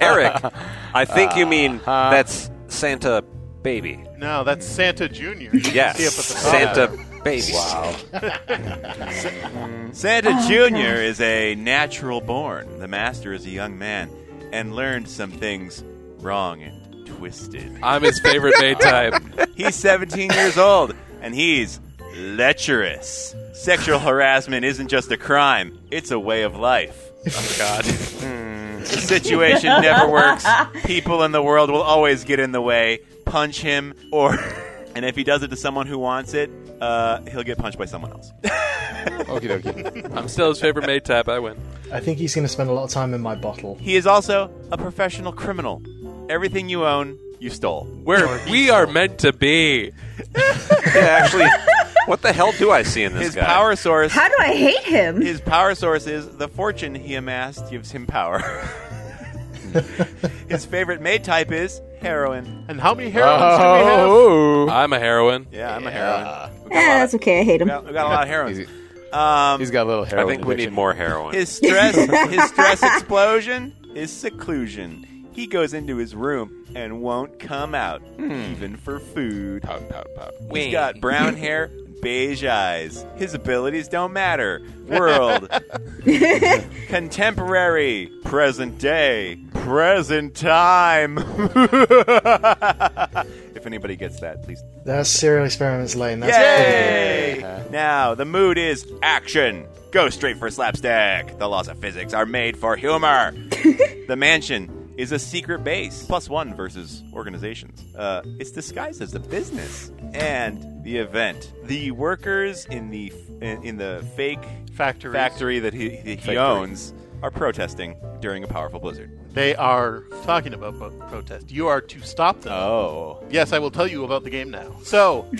S5: Eric, I think you mean that's Santa baby.
S3: No, that's Santa Junior. You can
S5: Yes.
S3: see up at the top.
S5: Santa baby. Wow.
S6: <laughs> Santa Junior is a natural born. The master is a young man and learned some things wrong and twisted.
S2: I'm his favorite day type.
S6: He's 17 years old and he's lecherous. Sexual harassment isn't just a crime; it's a way of life.
S2: Oh, God.
S6: <laughs> The situation never works. People in the world will always get in the way. Punch him, or <laughs> and if he does it to someone who wants it, uh, he'll get punched by someone else.
S1: Okie dokie.
S2: I'm still his favorite mate type. I win.
S4: I think he's going to spend a lot of time in my bottle.
S6: He is also a professional criminal. Everything you own, you stole.
S2: We're, we are meant to be.
S5: Yeah, actually, what the hell do I see in this
S6: His
S5: guy?
S6: power source.
S7: How do I hate him?
S6: His power source is the fortune he amassed gives
S5: <laughs>
S6: him power. His favorite maid type is heroin.
S3: And how many heroines do we
S1: Oh.
S3: have?
S2: I'm a heroine.
S6: Yeah, I'm
S1: Yeah.
S6: a heroin. We
S7: Yeah,
S6: got,
S7: Eh, that's okay. I hate
S6: a
S7: him.
S6: lot of, we got a lot of heroin.
S1: He's,
S6: Um,
S1: he's got a little hair.
S5: Uh, I think we need more heroin.
S6: his stress,
S7: <laughs>
S6: his stress explosion is seclusion. He goes into his room and won't come out,
S5: Hmm.
S6: even for food.
S1: Pout, pout, pout.
S6: He's got brown hair, and beige eyes. His abilities don't matter. World, contemporary, present day, present time. <laughs> if anybody gets that, please.
S4: That's serial experiments lane. That's
S6: Yay! <laughs> Now, the mood is action. Go straight for slapstick. The laws of physics are made for humor. the mansion is a secret base. Plus one versus organizations. Uh, it's disguised as a business. And the event. The workers in the in, in the fake
S3: Factories.
S6: factory that he, that he owns are protesting during a powerful blizzard.
S3: They are talking about bo- protest. You are to stop them.
S6: Oh,
S3: Yes, I will tell you about the game now. So,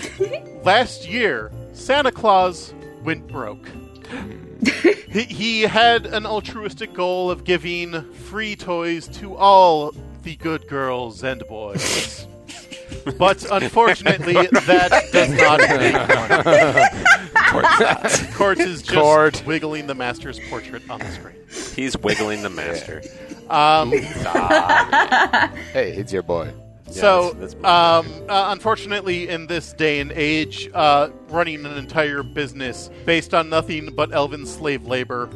S3: last year, Santa Claus went broke. he, he had an altruistic goal of giving free toys to all the good girls and boys. But unfortunately, that does not make one. Court is just
S1: Court.
S3: wiggling the master's portrait on the screen.
S5: He's wiggling the master.
S3: Um,
S1: Hey, it's your boy.
S3: So,
S6: that's- that's
S3: um, uh, unfortunately, in this day and age, uh, running an entire business based on nothing but elven slave labor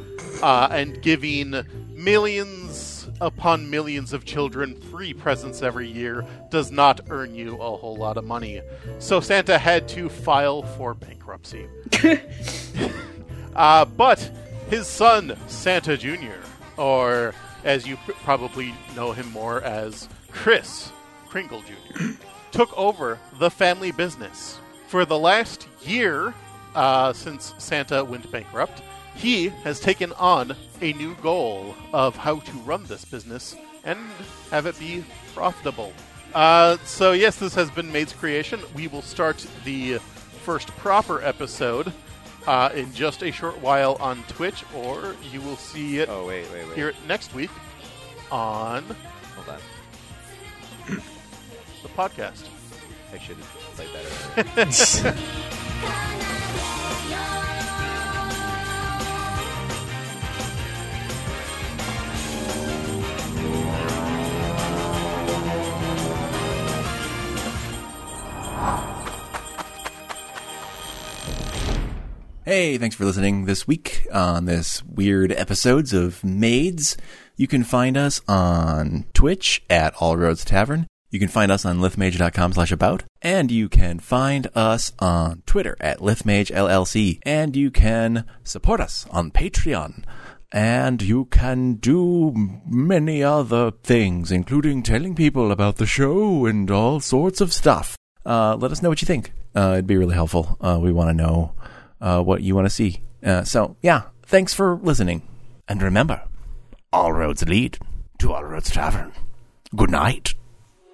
S3: uh, and giving millions upon millions of children free presents every year does not earn you a whole lot of money. So, Santa had to file for bankruptcy. Uh, but his son, Santa Jr., or as you pr- probably know him more as Chris Kringle Jr., took over the family business. For the last year, uh, since Santa went bankrupt, he has taken on a new goal of how to run this business and have it be profitable. Uh, so, yes, this has been Maid's Creation. We will start the first proper episode uh, in just a short while on Twitch, or you will see it
S6: oh wait, wait, wait.
S3: here next week on
S6: Hold on.
S3: the podcast.
S6: I should have played that. Earlier.
S8: Hey, thanks for listening this week on this weird episodes of Maids. You can find us on Twitch at All Roads Tavern. You can find us on lithmage.com slash about. And you can find us on Twitter at lithmage LLC. And you can support us on Patreon. And you can do many other things, including telling people about the show and all sorts of stuff. Uh, let us know what you think. Uh, it'd be really helpful. Uh, we want to know uh, what you want to see. Uh, so, yeah, thanks for listening. And remember, all roads lead to All Roads Tavern. Good night.